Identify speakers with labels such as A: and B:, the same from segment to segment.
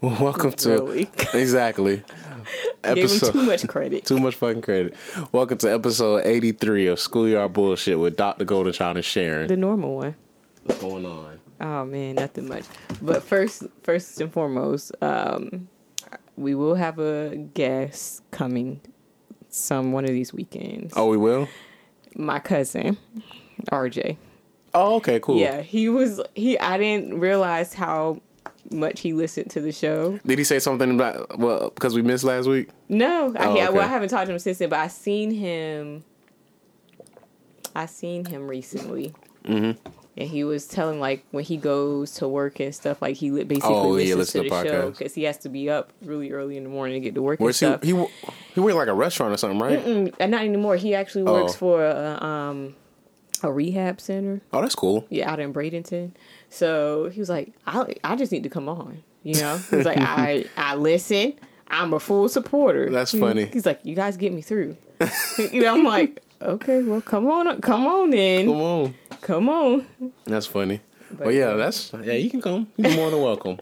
A: well, welcome to
B: Really?
A: exactly
B: Gave him
A: episode
B: too much credit.
A: too much fucking credit. Welcome to episode eighty three of Schoolyard Bullshit with Doctor Golden Child and Sharon.
B: the normal one.
A: What's going on?
B: Oh man, nothing much. But first, first and foremost, um, we will have a guest coming some one of these weekends.
A: Oh, we will.
B: My cousin, RJ.
A: Oh, okay, cool.
B: Yeah, he was he. I didn't realize how much he listened to the show.
A: Did he say something about well because we missed last week?
B: No, I,
A: Oh,
B: yeah,
A: okay.
B: well, I haven't talked to him since then, but I seen him. I seen him recently, mm-hmm. and he was telling like when he goes to work and stuff, like he li- basically
A: Oh, yeah,
B: listens
A: listen
B: to
A: to
B: the show
A: podcasts.
B: because he has to be up really early in the morning to get to work
A: Where's he?
B: and stuff.
A: He wo- he worked like a restaurant or something, right?
B: Mm, and not anymore. He actually works
A: Oh.
B: for a, um, a rehab center.
A: Oh, that's cool.
B: yeah, out in Bradenton. So he was like, I I just need to come on. You know? He was like, I I listen. I'm a full supporter.
A: That's
B: He-
A: funny.
B: He's like, You guys get me through. you know, I'm like, Okay, well come on up- come on
A: Come
B: in.
A: on,
B: Come on.
A: that's funny. But yeah, that's yeah. You can come. You're more than welcome.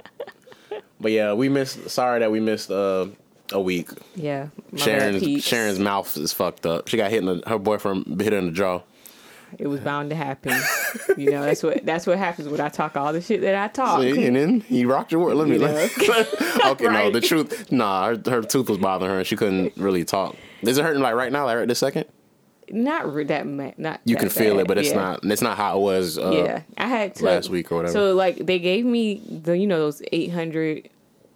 A: But yeah, we missed. Sorry that we missed uh, a week.
B: Yeah. my bad,
A: Sharon's
B: peeps.
A: Sharon's mouth is fucked up. She got hit in the, her boyfriend hit her in the jaw.
B: It was bound to happen. you know, that's what that's what happens when I talk all the shit that I talk.
A: See, and then Oh, he rocked your world. Let me. Let, okay, no, the
B: Right.
A: truth. Nah, her, her tooth was bothering her, and she couldn't really talk. Is it hurting like right now, like right this second?
B: Not re- that ma- not
A: You
B: that
A: can feel
B: bad,
A: it, but it's
B: yeah.
A: not. It's not how it was. Uh,
B: yeah, I had to,
A: last week or whatever.
B: So like they gave me the you know those eight hundred,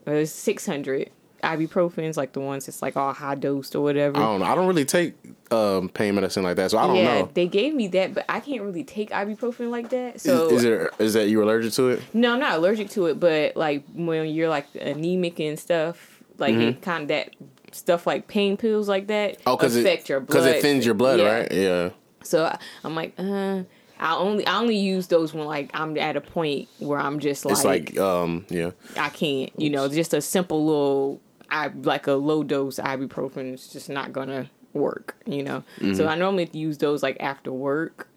B: uh, six hundred ibuprofens, like the ones that's like all high dosed or whatever.
A: I don't know. I don't really take um, pain medicine like that, so Oh, I don't
B: yeah,
A: know.
B: they gave me that, but I can't really take ibuprofen like that.
A: Is,
B: So
A: is there is that you allergic to it?
B: no, I'm not allergic to it, but like when you're like anemic and stuff, like it kind of that stuff like pain pills like that
A: Mm-hmm. Oh, because
B: affect
A: it
B: your blood
A: because it thins your blood,
B: Yeah.
A: right? Yeah.
B: So I, I'm like, uh, I only I only use those when like I'm at a point where I'm just
A: It's like, um yeah.
B: I can't. You know, just a simple little, I like a low dose ibuprofen is just not gonna work. You know, so
A: Mm-hmm.
B: I normally use those like after work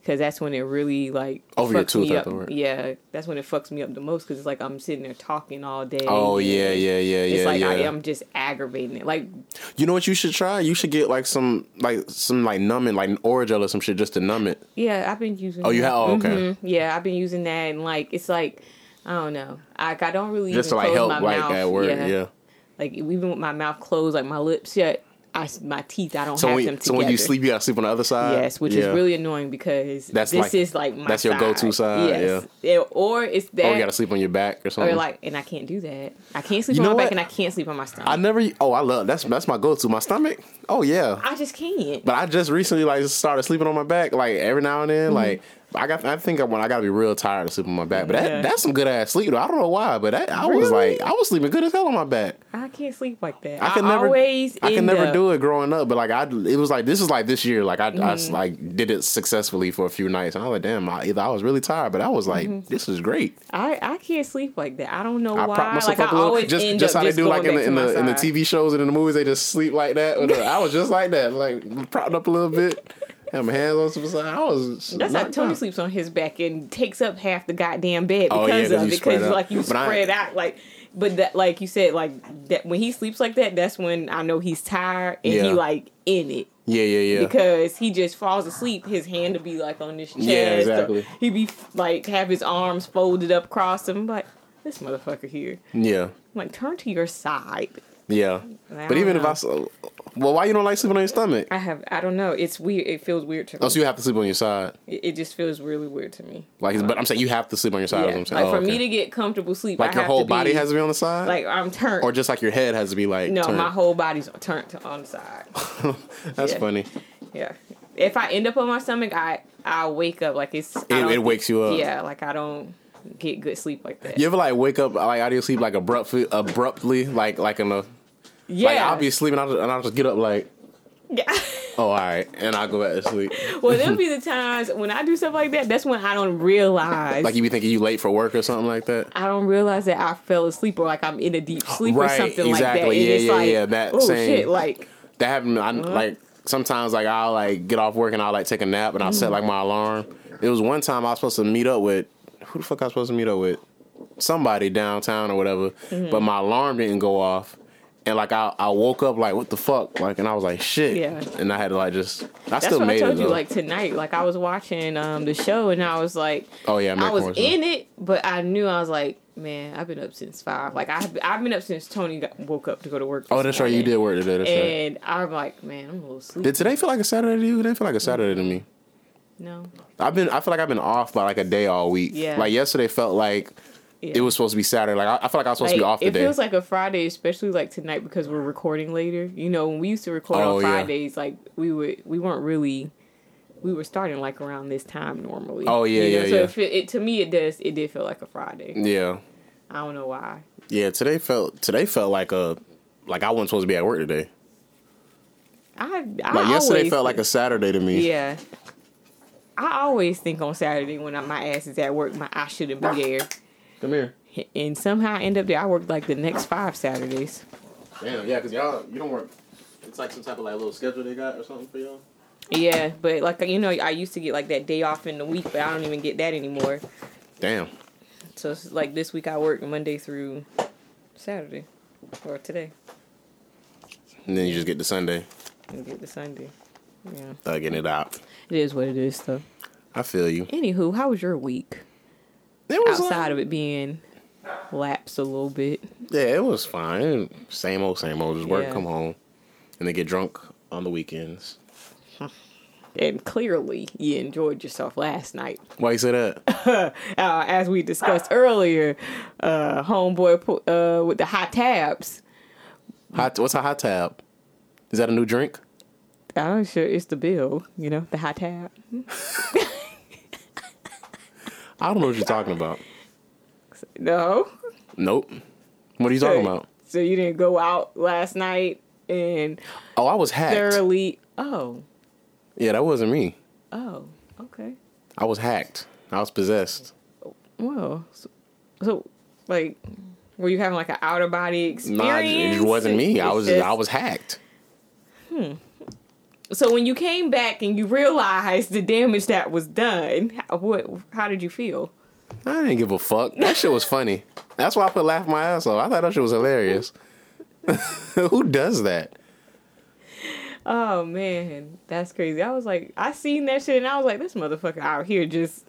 B: because that's when it really like
A: Over your tooth
B: me
A: after
B: up.
A: work.
B: Yeah, that's when it fucks me up the most because it's like I'm sitting there talking all day.
A: Oh yeah, yeah, yeah,
B: It's
A: yeah,
B: like
A: yeah.
B: I am just aggravating it. Like
A: You know what you should try? You should get like some like some like numbing like Orajel or some shit just to numb it.
B: yeah, I've been using.
A: Oh, you
B: that.
A: have? Oh, okay.
B: Mhm. Yeah, I've been using that and like it's like. I don't know. Like I don't really
A: Just to
B: even
A: like help
B: close my
A: like
B: mouth.
A: at work. Yeah.
B: like even with my mouth closed, like my lips shut, I s my teeth I don't
A: So
B: have
A: when
B: them together.
A: so when you sleep, you gotta sleep on the other side.
B: yes, which
A: Yeah.
B: is really annoying because
A: That's
B: this
A: like-
B: is like my
A: that's your go-to side,
B: Yeah. or it's that,
A: Oh, you gotta sleep on your back or something.
B: or like, and I can't do that. I can't sleep
A: You know
B: on my
A: what?
B: back, and I can't sleep on my stomach.
A: I never. Oh, I love that's that's my go-to. My stomach. Oh yeah.
B: I just can't.
A: But I just recently like started sleeping on my back, like every now and then.
B: Mm-hmm.
A: Like I got, I think I when I gotta be real tired of sleeping on my back. But that,
B: Yeah.
A: that's some good ass sleep though. I don't know why, but that, I was
B: Really?
A: like, I was sleeping good as hell on my back.
B: I can't sleep like that.
A: I could never,
B: always
A: I could
B: end
A: never
B: up-
A: do it growing up. But like I, it was like this is like this year. Like I, I
B: Mm-hmm.
A: s- like did it successfully for a few nights, and I was like, damn, I, either I was really tired, but I was like, this is great.
B: I, I can't sleep like that. I don't know
A: I
B: Mm-hmm. why.
A: prop myself
B: Like
A: up
B: I
A: a little,
B: always
A: just
B: end
A: just
B: up
A: how they do like
B: going
A: in the
B: back
A: in
B: to
A: the,
B: my
A: in the
B: side.
A: TV shows and in the movies, they just sleep like that. uh, I was just like that, like propped up a little bit, had my hands on some side. I was
B: That's how
A: knocked
B: Tony
A: out.
B: sleeps on his back and takes up half the goddamn bed
A: Oh, yeah,
B: because
A: 'cause
B: of
A: you
B: it,
A: spread
B: because
A: out.
B: like you
A: But I-
B: spread out like. But that like you said like that when he sleeps like that, that's when I know he's tired and
A: Yeah.
B: he like in it.
A: Yeah, yeah, yeah.
B: Because he just falls asleep, his hand will be like on his chest.
A: Yeah,
B: or
A: exactly.
B: He be like have his arms folded up, across him. But this motherfucker here,
A: yeah,
B: I'm like turn to your side.
A: yeah.
B: I
A: But
B: don't
A: even if
B: know.
A: I, s- well, why you don't like sleeping on your stomach?
B: I have I don't know. It's weird. It feels weird to me.
A: Oh, so you have to sleep on your side.
B: it, it just feels really weird to me.
A: Like, but I'm saying you have to sleep on your side. is
B: Yeah.
A: what I'm
B: Like
A: saying.
B: for
A: Oh, okay.
B: me to get comfortable sleep,
A: like
B: I
A: your
B: have
A: whole
B: to
A: body
B: be-
A: has to be on the side,
B: like I'm turned.
A: or just like your head has to be like
B: no,
A: turned.
B: my whole body's turned to on the side.
A: That's
B: yeah.
A: funny.
B: Yeah. If I end up on my stomach, I I wake up like it's. I
A: It,
B: don't
A: it wakes you up.
B: think- Yeah, like I don't get good sleep like that.
A: You ever like wake up like out of your sleep like abruptly, abruptly like like in a
B: Yeah.
A: Like I'll be sleeping I'll, and I'll just get up like,
B: Yeah.
A: oh, all right, and I'll go back to sleep.
B: well, there'll be the times when I do stuff like that. That's when I don't realize.
A: Like you be thinking you late for work or something like that.
B: I don't realize that I fell asleep or like I'm in a deep sleep
A: Right,
B: or something like that.
A: exactly.
B: And
A: Yeah,
B: it's
A: yeah,
B: like,
A: yeah, that
B: oh
A: same-
B: shit, like
A: That happened. I like sometimes like I'll like get off work and I'll like take a nap
B: Mm.
A: and I'll set like my alarm. It was one time I was supposed to meet up with who the fuck I was supposed to meet up with. somebody downtown or whatever,
B: Mm-hmm.
A: but my alarm didn't go off. And like I, I woke up like what the fuck like and I was like shit
B: Yeah.
A: and I had to like just I
B: That's
A: still
B: what I
A: made
B: told
A: it
B: you.
A: though.
B: Like tonight, like I was watching um the show and I was like,
A: oh yeah
B: I was
A: Mac Morris, though.
B: in it, but I knew I was like, man, I've been up since five. Like I've I've been up since Tony got, woke up to go to work.
A: oh
B: this
A: that's right you
B: morning.
A: did work today that's right
B: And I'm like, man, I'm a little sleepy.
A: did today feel like a Saturday to you it didn't feel like a Saturday to me
B: no,
A: I've been I feel like I've been off by like a day all week
B: Yeah.
A: like yesterday felt like
B: Yeah.
A: it was supposed to be Saturday like I, I feel like I was supposed
B: Like,
A: to be off
B: it
A: today
B: feels like a Friday, especially like tonight because we're recording later. You know, when we used to record
A: Oh,
B: on
A: yeah.
B: Fridays, like we would we weren't really we were starting like around this time normally.
A: Oh, yeah,
B: you
A: yeah,
B: So
A: yeah. Mm.
B: It, fe- it to me it does it did feel like a Friday.
A: yeah
B: I don't know why.
A: yeah today felt today felt like a like I wasn't supposed to be at work today
B: I, I
A: like yesterday
B: always-
A: felt like a Saturday to me
B: yeah. I always think on Saturday when I, my ass is at work, my I shouldn't be there,
A: come here
B: and somehow I end up there. I work like the next five Saturdays.
A: Damn, yeah, because y'all, you don't work. It's like some type of like little schedule they got or something for y'all.
B: Yeah, but like you know, I used to get like that day off in the week, but I don't even get that anymore.
A: Damn.
B: So it's like this week I work Monday through Saturday, or today,
A: And then you just get to Sunday,
B: and get to Sunday. Yeah,
A: thugging it out.
B: it is what it is, though.
A: I feel you.
B: Anywho, how was your week
A: It was uh,
B: outside
A: like-
B: of it being lapsed a little bit?
A: yeah, it was fine. Same old, same old. Just work,
B: Yeah.
A: come home, and then get drunk on the weekends.
B: And clearly, you enjoyed yourself last night.
A: Why you say that?
B: Uh, as we discussed earlier, uh, homeboy pu- uh, with the high tabs.
A: Hot, what's a hot tab? Is that a new drink?
B: I'm sure it's the bill, you know, the high tab.
A: I don't know what you're talking about.
B: No.
A: Nope. What are you talking about?
B: So you didn't go out last night and
A: Oh, I was hacked.
B: thoroughly. Oh,
A: Yeah, that wasn't me.
B: oh, okay.
A: I was hacked. I was possessed.
B: Well, so, so like, were you having like an outer body experience?
A: Nah, it just wasn't me. I
B: It's
A: was
B: just-
A: I was hacked.
B: So when you came back and you realized the damage that was done, how, what? How did you feel?
A: I didn't give a fuck. That shit was funny. That's why I put laugh my ass off. I thought that shit was hilarious. Who does that?
B: Oh man, that's crazy. I was like, I seen that shit and I was like, this motherfucker out here just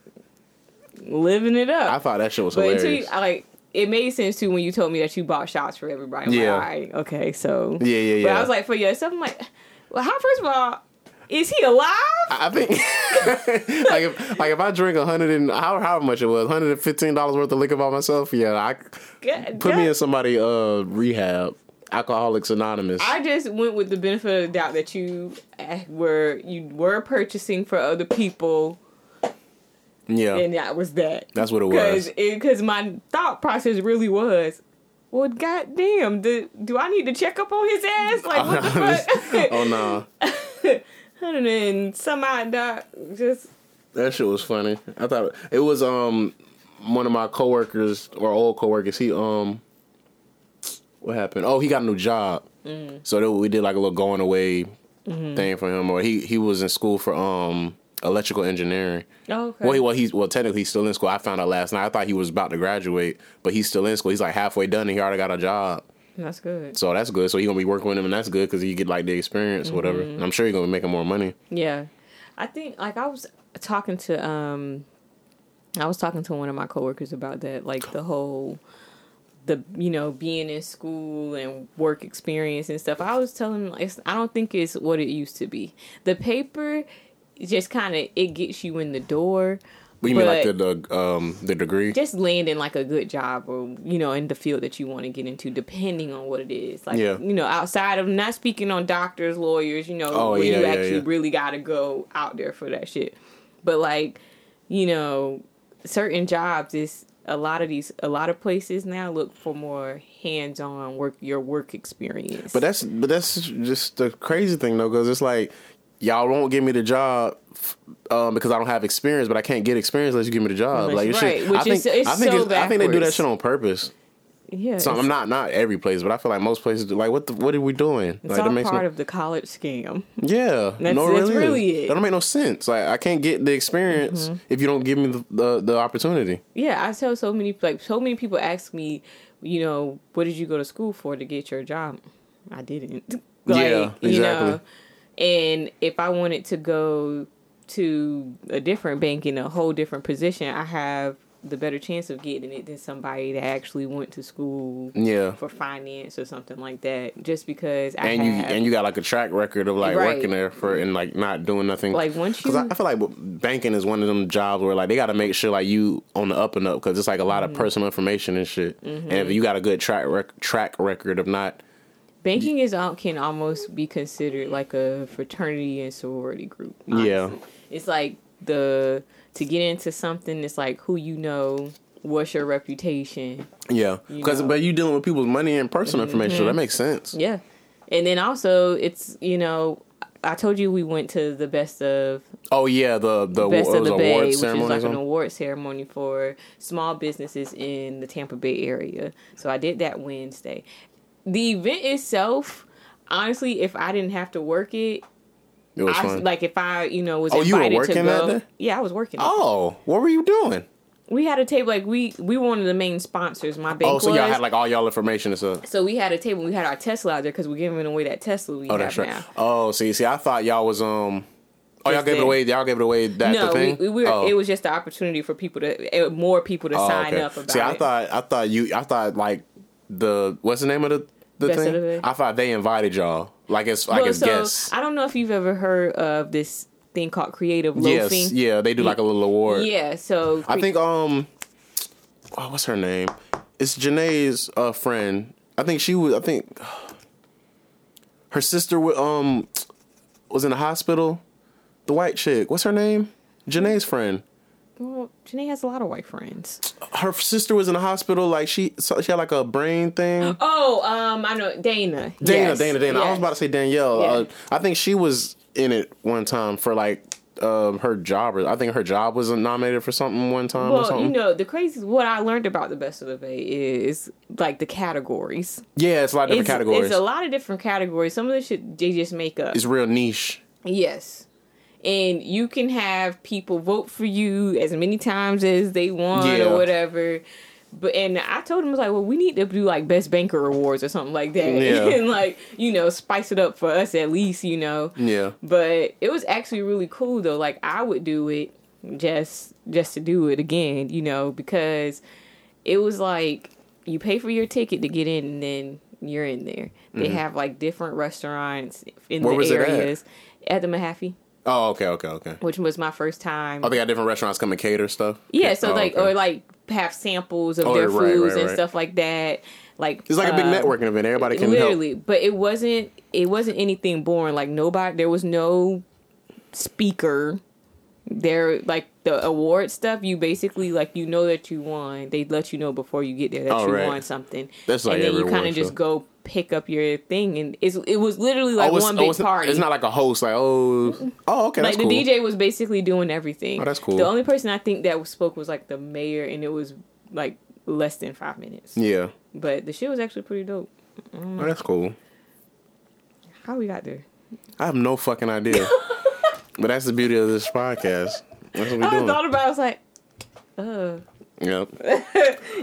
B: living it up.
A: I thought that shit was
B: But until you,
A: hilarious.
B: I, like, it made sense too when you told me that you bought shots for everybody. I'm
A: Yeah.
B: Like, All right. Okay. So.
A: Yeah, yeah,
B: But
A: yeah.
B: I was like, for yourself, I'm like, well, how? First of all, is he alive?
A: I think like if like if I drink a hundred and how how much it was hundred and fifteen dollars worth of liquor by myself. Yeah, I
B: God,
A: put me
B: that-
A: in somebody uh rehab, Alcoholics Anonymous.
B: I just went with the benefit of the doubt that you uh, were you were purchasing for other people,
A: yeah,
B: and that was that.
A: that's what it
B: Because
A: was.
B: because my thought process really was, well, goddamn, do, do I need to check up on his ass? Like what the fuck?
A: oh no,
B: Hundred and some odd doc, just
A: that shit was funny. I thought it was um one of my coworkers or old coworkers. He um what happened? Oh, he got a new job. So then we did like a little going away thing for him. Or he he was in school for um electrical engineering.
B: oh, okay.
A: Well, he, well, he's well technically he's still in school. I found out last night. I thought he was about to graduate, but he's still in school. He's like halfway done, and he already got a job.
B: that's good.
A: So that's good. So he gonna be working with him, and that's good because he get like the experience, or whatever. And I'm sure he's gonna be making more money.
B: Yeah. I think like I was talking to um I was talking to one of my coworkers about that, like the whole the you know being in school and work experience and stuff. I was telling him like it's- I don't think it's what it used to be. The paper just kind of it gets you in the door.
A: What you mean like
B: but-
A: the, the um the degree?
B: just landing like a good job or you know in the field that you want to get into depending on what it is like
A: Yeah.
B: you know outside of not speaking on doctors lawyers you know
A: Oh,
B: where
A: yeah,
B: you
A: yeah,
B: actually
A: yeah.
B: really got to go out there for that shit but like you know certain jobs is a lot of these a lot of places now look for more hands-on work your work experience
A: But that's but that's just the crazy thing though, because it's like y'all won't give me the job f- um, because I don't have experience, but I can't get experience unless you give me the job.
B: Unless-
A: like you
B: right,
A: should,
B: which
A: I think
B: is- it's
A: I think
B: so
A: I think they do that
B: backwards.
A: shit on purpose.
B: yeah,
A: Some,
B: it's-
A: I'm not not every place, but I feel like most places do. Like, what the, what are we doing?
B: It's
A: like,
B: all
A: makes
B: part
A: no,
B: of the college scam.
A: yeah,
B: That's-
A: no, it
B: that's
A: really, is.
B: really it. Mm-hmm.
A: That don't make no sense. Like, I can't get the experience if you don't give me the the, the opportunity.
B: Yeah, I tell so many like so many people ask me, you know, what did you go to school for to get your job? I didn't. like,
A: Yeah,
B: You
A: exactly.
B: know, and if I wanted to go to a different bank in a whole different position, I have the better chance of getting it than somebody that actually went to school
A: Yeah,
B: for finance or something like that. Just because I
A: and you
B: have,
A: and you got like a track record of like
B: Right.
A: working there for and like not doing nothing.
B: Like, once
A: because I,
B: you-
A: I feel like banking is one of them jobs where like they got to make sure like you on the up and up because it's like a lot
B: Mm-hmm.
A: of personal information and shit. And if you got a good track rec- track record of not,
B: banking is al- can almost be considered like a fraternity and sorority group.
A: Yeah.
B: it's like the to get into something. It's like who you know, what's your reputation.
A: yeah, because
B: know. Mm-hmm.
A: but you dealing with people's money and personal information, so that makes sense.
B: Yeah, and then also it's you know I told you we went to the best of
A: Oh yeah, the the
B: best
A: it
B: of
A: was
B: the
A: award
B: Bay, which is
A: ceremony. or
B: like an
A: something?
B: award ceremony for small businesses in the Tampa Bay area. So I did that Wednesday. The event itself, honestly, if I didn't have to work it,
A: it was
B: I,
A: fun.
B: like if I, you know, was
A: Oh, you were
B: invited
A: working
B: to
A: that
B: go.
A: day?
B: Yeah, I was working.
A: oh, what were you doing?
B: We had a table like we we were one of the main sponsors. My bank
A: Oh, so y'all
B: was.
A: had like all y'all information and stuff.
B: so we had a table. We had our Tesla out there because we're giving away that Tesla we
A: Oh,
B: have
A: that's right.
B: now.
A: Oh, see, see, I thought y'all was um. Oh, y'all
B: Just
A: gave it
B: that.
A: away. Y'all gave it away. That the
B: No, we,
A: thing.
B: we were,
A: Oh.
B: it was just the opportunity for people to eh, more people to
A: Oh,
B: sign
A: okay.
B: up about
A: see, I
B: it.
A: thought I thought you I thought like the what's the name of the the
B: Best of
A: thing?
B: the Bay.
A: I thought they invited y'all like it's like
B: Well,
A: it's guests.
B: I don't know if you've ever heard of this thing called creative
A: Yes,
B: loafing.
A: yeah, they do like a little award.
B: Yeah, so
A: I think um, oh, what's her name? It's Janae's uh, friend. I think she was. I think her sister wa- um was in the hospital. The white chick. What's her name? Janae's friend.
B: well, Janae has a lot of white friends.
A: Her sister was in the hospital. Like she, so she had like a brain thing.
B: Oh, um, I know Dana.
A: Dana,
B: Yes,
A: Dana, Dana. I was
B: yes.
A: about to say Danielle.
B: Yeah.
A: Uh, I think she was in it one time for like um, her job. Or I think her job was nominated for something one time or
B: Well,
A: something.
B: you know, the craziest what I learned about the best of the Bay is like the categories.
A: yeah, it's a lot of different
B: It's,
A: categories.
B: it's a lot of different categories. Some of the shit they just make up.
A: it's real niche.
B: yes. And you can have people vote for you as many times as they want
A: Yeah.
B: or whatever. But and I told him I was like, well, we need to do like best banker awards or something like that,
A: Yeah.
B: and like you know, spice it up for us at least, you know.
A: Yeah.
B: But it was actually really cool though. Like I would do it just just to do it again, you know, because it was like you pay for your ticket to get in and then you're in there. They have like different restaurants in
A: Mm-hmm. Where
B: the
A: was it at?
B: areas at? the Mahaffey,
A: Oh, okay, okay, okay.
B: which was my first time.
A: Oh, they got different restaurants come and cater stuff.
B: Yeah, so
A: Oh,
B: like
A: okay.
B: or like have samples of
A: Oh,
B: their
A: right, right,
B: foods and
A: right.
B: stuff like that. Like
A: it's like a big
B: uh,
A: networking event. Everybody can help.
B: literally, but it wasn't it wasn't anything boring. Like nobody, there was no speaker. There, like the award stuff, you basically like you know that you won. They let you know before you get there that
A: Oh,
B: you
A: right.
B: won something,
A: That's like
B: and then
A: every
B: you kind
A: award
B: of just
A: show.
B: go pick up your thing. And it's it was literally like
A: oh, it's,
B: one
A: oh,
B: big
A: it's,
B: party.
A: It's not like a host. Like oh, oh, okay,
B: like
A: that's cool.
B: the DJ was basically doing everything.
A: Oh, that's cool.
B: The only person I think that spoke was like the mayor, and it was like less than five minutes.
A: Yeah,
B: But the shit was actually pretty dope. Mm.
A: oh, that's cool.
B: How we got there?
A: I have no fucking idea. but that's the beauty of this podcast. That's what we
B: I
A: doing.
B: thought about. it, I was like, uh.
A: Yep.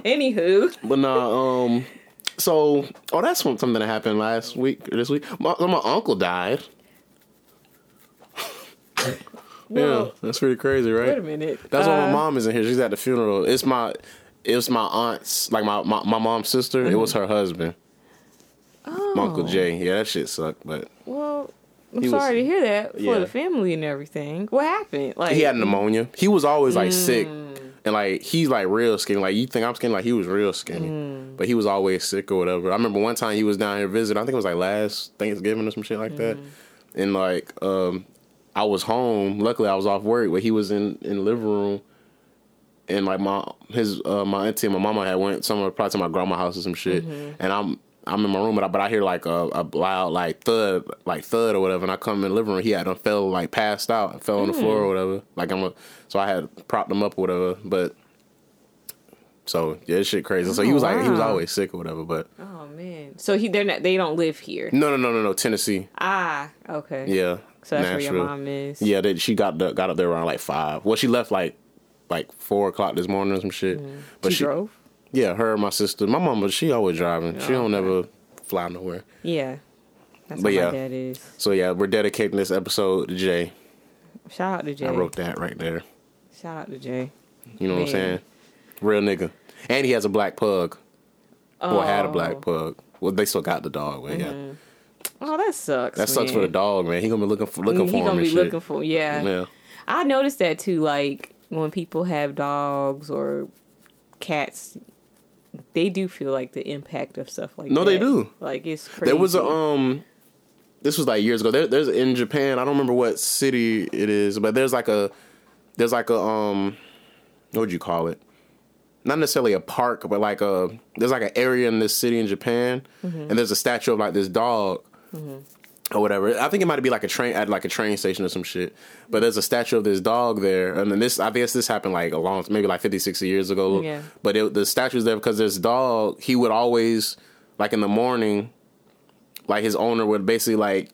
B: Anywho,
A: But nah, um, so oh, that's one- something that happened last week or this week. My, my uncle died. yeah,
B: Well,
A: that's pretty crazy,
B: wait a
A: right?
B: minute.
A: That's why my
B: Uh,
A: mom isn't here. She's at the funeral. It's my, it was my aunt's, like my my, my mom's sister. It was her husband, my uncle
B: Mm-hmm. oh,
A: Jay. Yeah, that shit sucked, but
B: Well, I'm
A: He was-
B: sorry to hear that for
A: yeah.
B: the family and everything. What happened? Like
A: he had pneumonia. He was always
B: Mm.
A: like sick, and like he's like real skinny. Like you think I'm skinny, like he was real skinny,
B: Mm.
A: but he was always sick or whatever. I remember one time he was down here visiting. I think it was like last Thanksgiving or some shit like
B: Mm.
A: that, and like um, I was home. Luckily, I was off work, but he was in in the living room. And like my his uh, my auntie and my mama had went somewhere probably to my grandma's house or some shit,
B: Mm-hmm.
A: and I'm I'm in my room, but I, but I hear like a, a loud like thud like thud or whatever, and I come in the living room. He had done fell like passed out,
B: Mm.
A: and fell on the floor or whatever. Like I'm a, so I had propped him up or whatever, but So yeah, this shit crazy. So he was like, he was
B: Oh, wow.
A: always sick or whatever. But
B: Oh man. So he they're not they don't live here.
A: no, no, no, no, no, Tennessee.
B: Ah, okay.
A: Yeah,
B: So that's where your mom is.
A: Yeah, that she got the, got up there around like five. Well, she left like like four o'clock this morning or some shit. But
B: Mm. She, drove?
A: Yeah, her and my sister. My mom, but she always driving. she
B: Oh,
A: don't ever fly nowhere.
B: Yeah. That's
A: But
B: what
A: yeah.
B: my dad is.
A: So yeah, we're dedicating this episode to Jay.
B: Shout out to Jay.
A: I wrote that right there.
B: Shout out to Jay.
A: You know what I'm
B: Man.
A: saying? Real nigga. And he has a black pug.
B: Oh,
A: Well, had a black pug. Well, they still got the dog, man. Yeah,
B: Oh, that sucks.
A: that sucks
B: man.
A: for the dog, man. He gonna be looking for looking
B: Mm, He
A: for him
B: gonna
A: and
B: be
A: shit.
B: looking for yeah.
A: yeah,
B: I noticed that too. Like when people have dogs or cats, they do feel like the impact of stuff like
A: No,
B: that.
A: they do.
B: Like it's crazy.
A: there was a um. This was like years ago. There, there's in Japan. I don't remember what city it is, but there's like a there's like a um. What would you call it? Not necessarily a park, but like a there's like an area in this city in Japan, and there's a statue of like this dog. or whatever. I think it might be like a train at like a train station or some shit. But there's a statue of this dog there, and then this I guess this happened like a long, maybe like 50, 60 years ago.
B: Yeah.
A: But it, the statue's there because this dog, he would always like in the morning, like his owner would basically like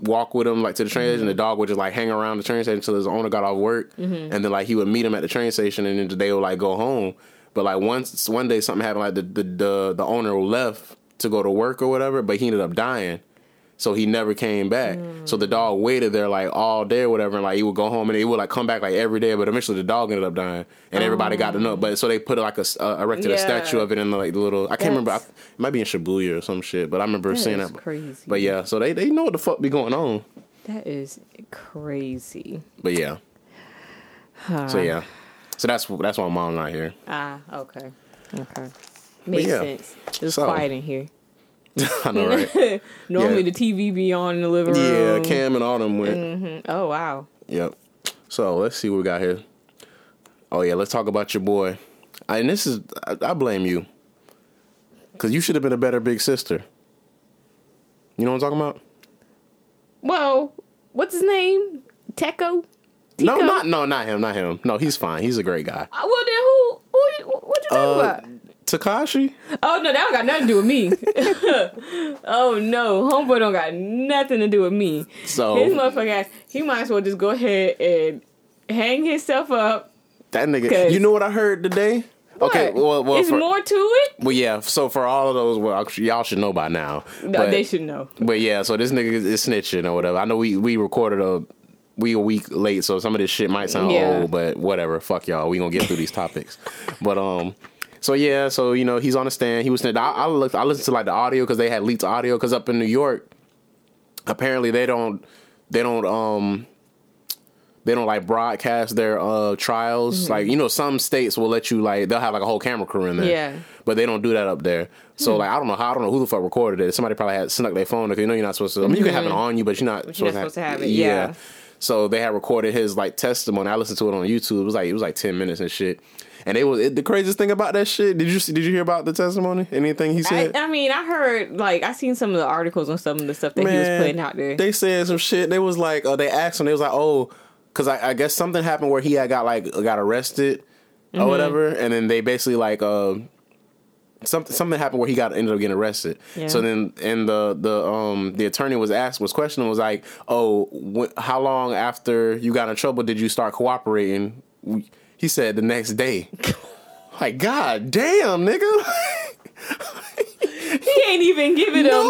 A: walk with him like to the train station. The
B: Mm-hmm.
A: dog would just like hang around the train station until his owner got off work, and then like he would meet him at the train station, and then they would like go home. But like once one day something happened, like the the the, the owner left to go to work or whatever, but he ended up dying. So he never came back. So the dog waited there like all day or whatever, and like he would go home and he would like come back like every day. But eventually the dog ended up dying, and everybody got to know. But so they put like a s- uh, erected a
B: Oh. Yeah.
A: statue of it in the, like the little. I can't remember. I, it
B: That's-
A: might be in Shibuya or some shit, but I remember
B: That
A: seeing
B: is
A: that.
B: crazy.
A: But yeah, so they they know what the fuck be going on.
B: that is crazy.
A: But yeah, so yeah, so that's that's why my mom not here.
B: Ah, okay, okay, makes
A: yeah.
B: sense. It's
A: So-
B: quiet in here.
A: I know, right?
B: Normally
A: Yeah.
B: the TV be on in the living
A: yeah,
B: room.
A: Cam and Autumn went.
B: Oh wow.
A: Yep. So let's see what we got here. Oh yeah, let's talk about your boy. I, and this is I, I blame you because you should have been a better big sister. You know what I'm talking about?
B: Well, what's his name? Teco.
A: No,
B: Tico?
A: not no, not him, not him. No, he's fine. He's a great guy.
B: Uh, Well then, who? who what you talking
A: Uh,
B: about?
A: Takashi?
B: Oh no, that don't got nothing to do with me. oh no, homeboy don't got nothing to do with me. His
A: So
B: motherfucking ass, he might as well just go ahead and hang himself up.
A: that nigga.
B: 'Cause-
A: You know what I heard today? Okay,
B: What?
A: well, well,
B: it's
A: for,
B: more to it.
A: well, yeah. So for all of those, well, actually, y'all should know by now.
B: No,
A: but-
B: they should know.
A: But yeah, so this nigga is, is snitching or whatever. I know we we recorded a we a week late, so some of this shit might sound
B: Yeah.
A: old, but whatever. Fuck y'all. We gonna get through these topics. But um, so yeah, so you know he's on the stand. He was snitching. I, I looked. I listened to like the audio because they had leaked audio because up in New York, apparently they don't they don't um. They don't like broadcast their uh trials.
B: Mm-hmm.
A: Like you know, some states will let you like they'll have like a whole camera crew in there.
B: Yeah. Hmm.
A: But they don't do that up there. So like I don't know how I don't know who the fuck recorded it. Somebody probably had snuck their phone because you know you're not supposed to. I mean you can have it on you, but you're not,
B: Mm-hmm. you're
A: supposed,
B: not
A: to have,
B: supposed to have it, yeah.
A: So they had recorded his like testimony. I listened to it on YouTube. It was like it was like ten minutes and shit. And it was it, the craziest thing about that shit. Did you see? Did you hear about the testimony? Anything he
B: I,
A: said?
B: I mean, I heard like I seen some of the articles on some of the stuff that he was putting out there.
A: They said some shit. They was like, uh, they asked him. They was like, oh, because I, I guess something happened where he had got like got arrested or
B: Mm-hmm.
A: whatever, and then they basically like uh, something something happened where he got ended up getting arrested.
B: Yeah.
A: So then, and the the um the attorney was asked was questioning was like, oh, wh- how long after you got in trouble did you start cooperating? We- He said the next day. like, god damn, nigga.
B: he ain't even giving them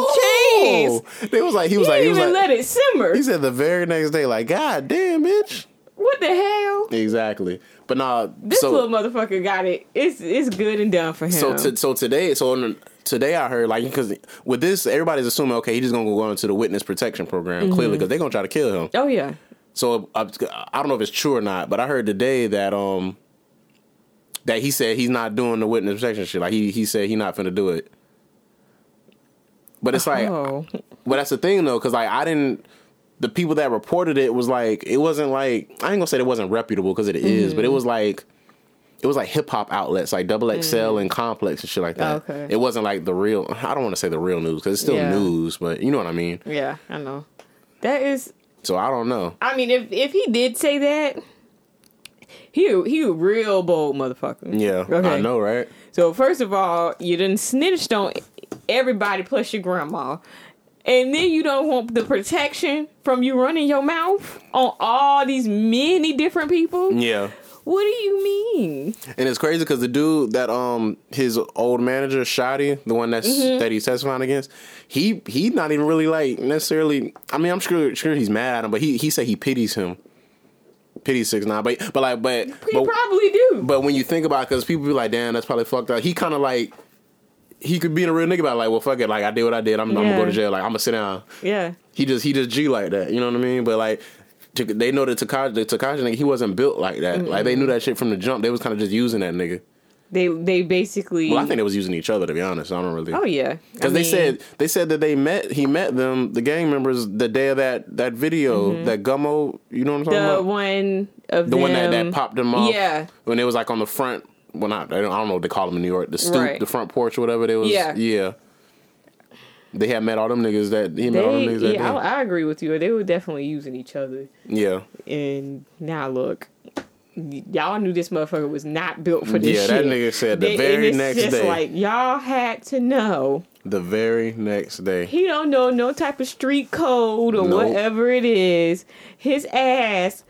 B: chance.
A: They was like he was
B: He
A: like
B: ain't
A: he was
B: even
A: like
B: let it simmer.
A: he said the very next day, like, God damn, bitch.
B: What the hell?
A: Exactly. But nah,
B: This
A: so
B: little motherfucker got it. It's it's good and done for him.
A: so to, so today, so on, today I heard like because with this, everybody's assuming okay, he's just gonna go into the witness protection program
B: Mm-hmm.
A: clearly clearly because they're gonna try to kill him.
B: oh yeah.
A: So I, I don't know if it's true or not, but I heard today that um that he said he's not doing the witness protection shit. Like he he said he not finna do it. But it's like
B: Oh.
A: But that's the thing though, because like I didn't. The people that reported it was like it wasn't like I ain't gonna say it wasn't reputable because it is, but
B: Mm-hmm.
A: it was like it was like hip hop outlets like Double XL and Complex and shit like that.
B: Mm. Okay.
A: It wasn't like the real. I don't want to say the real news because it's still
B: Yeah.
A: news, but you know what I mean.
B: Yeah, I know. That is
A: So I don't know.
B: I mean, if if he did say that, he he a real bold motherfucker.
A: Yeah, I
B: Okay.
A: know, right?
B: So first of all, you done snitched on everybody plus your grandma. And then you don't want the protection from you running your mouth on all these many different people.
A: Yeah,
B: What do you mean?
A: and it's crazy because the dude that um his old manager Shoddy, the one that's
B: Mm-hmm.
A: that he's testifying against, he he not even really like necessarily. I mean, I'm sure sure he's mad at him, but he he said he pities him, pities six nine, but but like but
B: He
A: but,
B: probably do.
A: but when you think about it, because people be like, damn, that's probably fucked up. He kind of like. He could be a real nigga about it, like, well, fuck it, like I did what I did. I'm, I'm gonna go
B: Yeah.
A: to jail. Like I'm gonna sit down.
B: yeah.
A: He just he just G like that. You know what I mean? But like to, they know that Takashi the Takashi nigga he wasn't built like that. Like they knew that shit from the jump. They was kind of just using that nigga.
B: They they basically
A: Well, I think they was using each other to be honest. I don't really
B: Oh yeah.
A: because they said they said that they met he met them the gang members the day of that that video that Gummo. You know what I'm talking
B: Mm-hmm. the
A: about?
B: one of
A: the one that, that
B: them-
A: popped them off.
B: Yeah.
A: when it was like on the front. Well, not I don't, I don't know what they call them in New York. The stoop,
B: Right.
A: the front porch, or whatever. They was yeah.
B: Yeah.
A: They had met all them niggas that he met all them
B: They,
A: niggas that
B: yeah,
A: day.
B: I, I agree with you. They were definitely using each other.
A: yeah.
B: And now look, y- y'all knew this motherfucker was not built for this
A: Yeah, that
B: shit.
A: nigga said the
B: They- and
A: very
B: it's
A: next
B: just
A: day.
B: like y'all had to know.
A: The very next day.
B: He don't know no type of street code or
A: Nope.
B: whatever it is. His ass.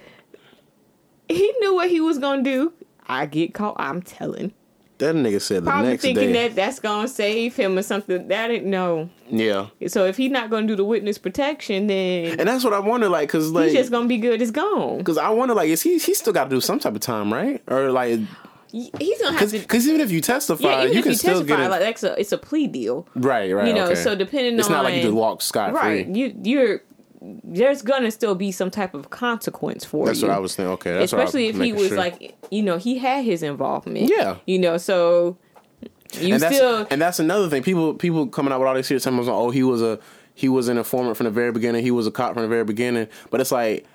B: He knew what he was gonna do. I get caught. I'm telling.
A: That nigga said the
B: Probably
A: next
B: thinking
A: day.
B: that that's gonna save him or something. That didn't know.
A: yeah.
B: So if he's not gonna do the witness protection, then
A: And that's what I wonder, like, cause like,
B: he's just gonna be good. It's gone.
A: cause I wonder, like, is he he still got to do some type of time, right? Or like,
B: Y- He's gonna have
A: cause,
B: to.
A: 'cause even if you testify,
B: Yeah, even
A: you
B: if
A: can
B: you
A: still
B: testify,
A: get it.
B: like that's a it's a plea deal.
A: right, right.
B: you know,
A: okay.
B: so depending
A: it's
B: on
A: not like you just walk scot free.
B: right, you you're there's gonna still be some type of consequence for
A: That's
B: you.
A: what I was thinking. Okay, that's what I was
B: Especially if he
A: making
B: was
A: sure.
B: like, you know, he had his involvement.
A: Yeah.
B: you know, so you
A: and that's
B: still
A: and that's another thing. People people coming out with all this shit. Sometimes oh he was a he was an informant from the very beginning. He was a cop from the very beginning. But it's like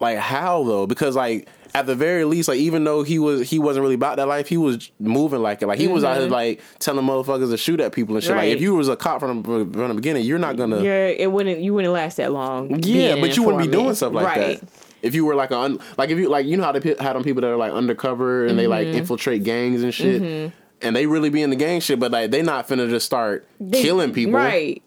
A: like how though? Because like at the very least, like even though he was he wasn't really about that life, he was moving like it. Like he was out here like telling motherfuckers to shoot at people and shit. Like
B: Mm-hmm. Right.
A: if you was a cop from the, from the beginning, you're not gonna
B: you're, it wouldn't you wouldn't last that long.
A: yeah,
B: being
A: but you wouldn't be doing
B: informant.
A: stuff like
B: right.
A: that. If you were like a un, like if you like you know how they pe- how them people that are like undercover and they like
B: Mm-hmm.
A: infiltrate gangs and shit, and they really be in the gang shit, but like they not finna just start killing people.
B: right?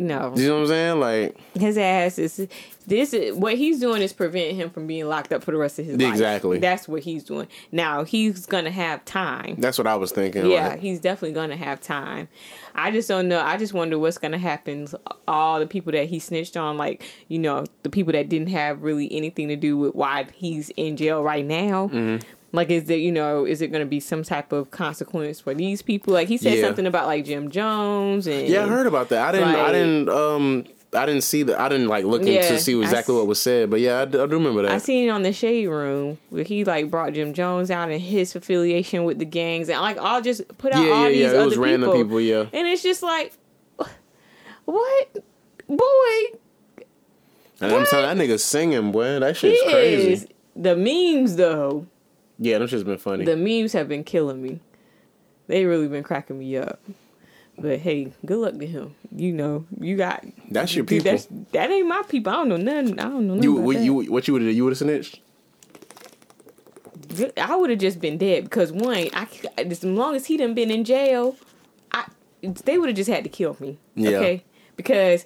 B: No,
A: You know what I'm saying? Like
B: his ass is this is what he's doing is preventing him from being locked up for the rest of his life.
A: Exactly.
B: That's what he's doing. Now he's gonna have time.
A: that's what I was thinking.
B: Yeah,
A: like,
B: he's definitely gonna have time. I just don't know. I just wonder what's gonna happen. to All the people that he snitched on, like you know, the people that didn't have really anything to do with why he's in jail right now.
A: Mm-hmm.
B: Like, is there you know, is it gonna be some type of consequence for these people? Like he said
A: Yeah.
B: something about like Jim Jones and
A: yeah, I heard about that. I didn't. I
B: Like-
A: didn't. Um, I didn't see that. I didn't like look
B: Yeah,
A: into see
B: I
A: exactly
B: s-
A: what was said, but yeah, I, d- I do remember that.
B: I seen it on the Shade Room where he like brought Jim Jones out and his affiliation with the gangs and like all just put out
A: Yeah,
B: all
A: yeah,
B: these
A: yeah.
B: other
A: It was random people. Yeah,
B: and it's just like, what, boy?
A: and I'm telling that nigga singing, boy, that shit's
B: It
A: crazy.
B: is the memes though.
A: Yeah, that shit's been funny.
B: The memes have been killing me. They really been cracking me up. But hey, good luck to him. You know, you got
A: that's your
B: dude,
A: people.
B: that's that ain't my people. I don't know nothing. I don't know. Nothing
A: you,
B: about
A: what,
B: that.
A: you, what you would have, you would have snitched.
B: I would have just been dead because one, I c- as long as he done been in jail, I they would have just had to kill me.
A: Yeah.
B: Okay, because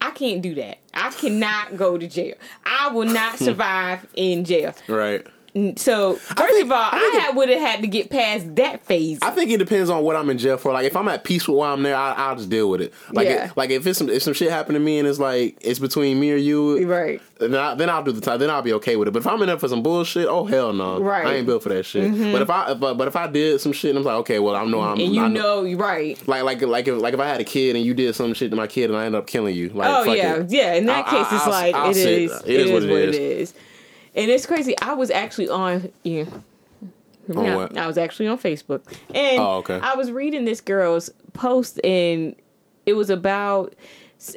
B: I can't do that. I cannot go to jail. I will not survive in jail.
A: Right.
B: N- So first
A: think-
B: of all,
A: Hmm. I think
B: I, would have had to get past that phase.
A: I think it depends on what I'm in jail for. Like if I'm at peace with why I'm there, I, I'll just deal with it. Like
B: Yeah.
A: it, like if it's some, if some shit happened to me and it's like it's between me or you,
B: right.
A: then, I, then I'll do the time. Then I'll be okay with it. But if I'm in there for some bullshit, oh hell no,
B: Right. Mm-hmm.
A: I ain't built for that shit. But if I but, but if I did some shit, and I'm like okay, well I know I'm
B: And you
A: I
B: know, right.
A: like like like if, like if I had a kid and you did some shit to my kid and I end up killing you, like
B: Oh
A: fuck
B: yeah,
A: it.
B: yeah. In that
A: I'll-
B: case, it's
A: I'll-
B: like
A: I'll
B: it
A: sit.
B: is. It is what it
A: is.
B: is. And it's crazy. I was actually on yeah.
A: On
B: Yeah,
A: what?
B: I was actually on Facebook, and
A: Oh, okay.
B: I was reading this girl's post, and it was about.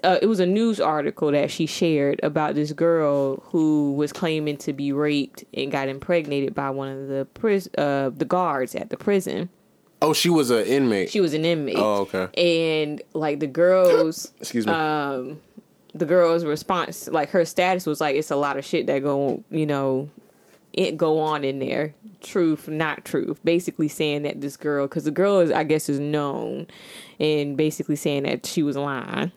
B: Uh, it was a news article that she shared about this girl who was claiming to be raped and got impregnated by one of the pris- uh, the guards at the prison.
A: Oh, she was an inmate.
B: She was an inmate.
A: Oh, okay.
B: And like the girls,
A: Excuse me.
B: um the girl's response like her status was like it's a lot of shit that go you know it go on in there. Truth, not truth. Basically saying that this girl, because the girl is, I guess, is known, and basically saying that she was lying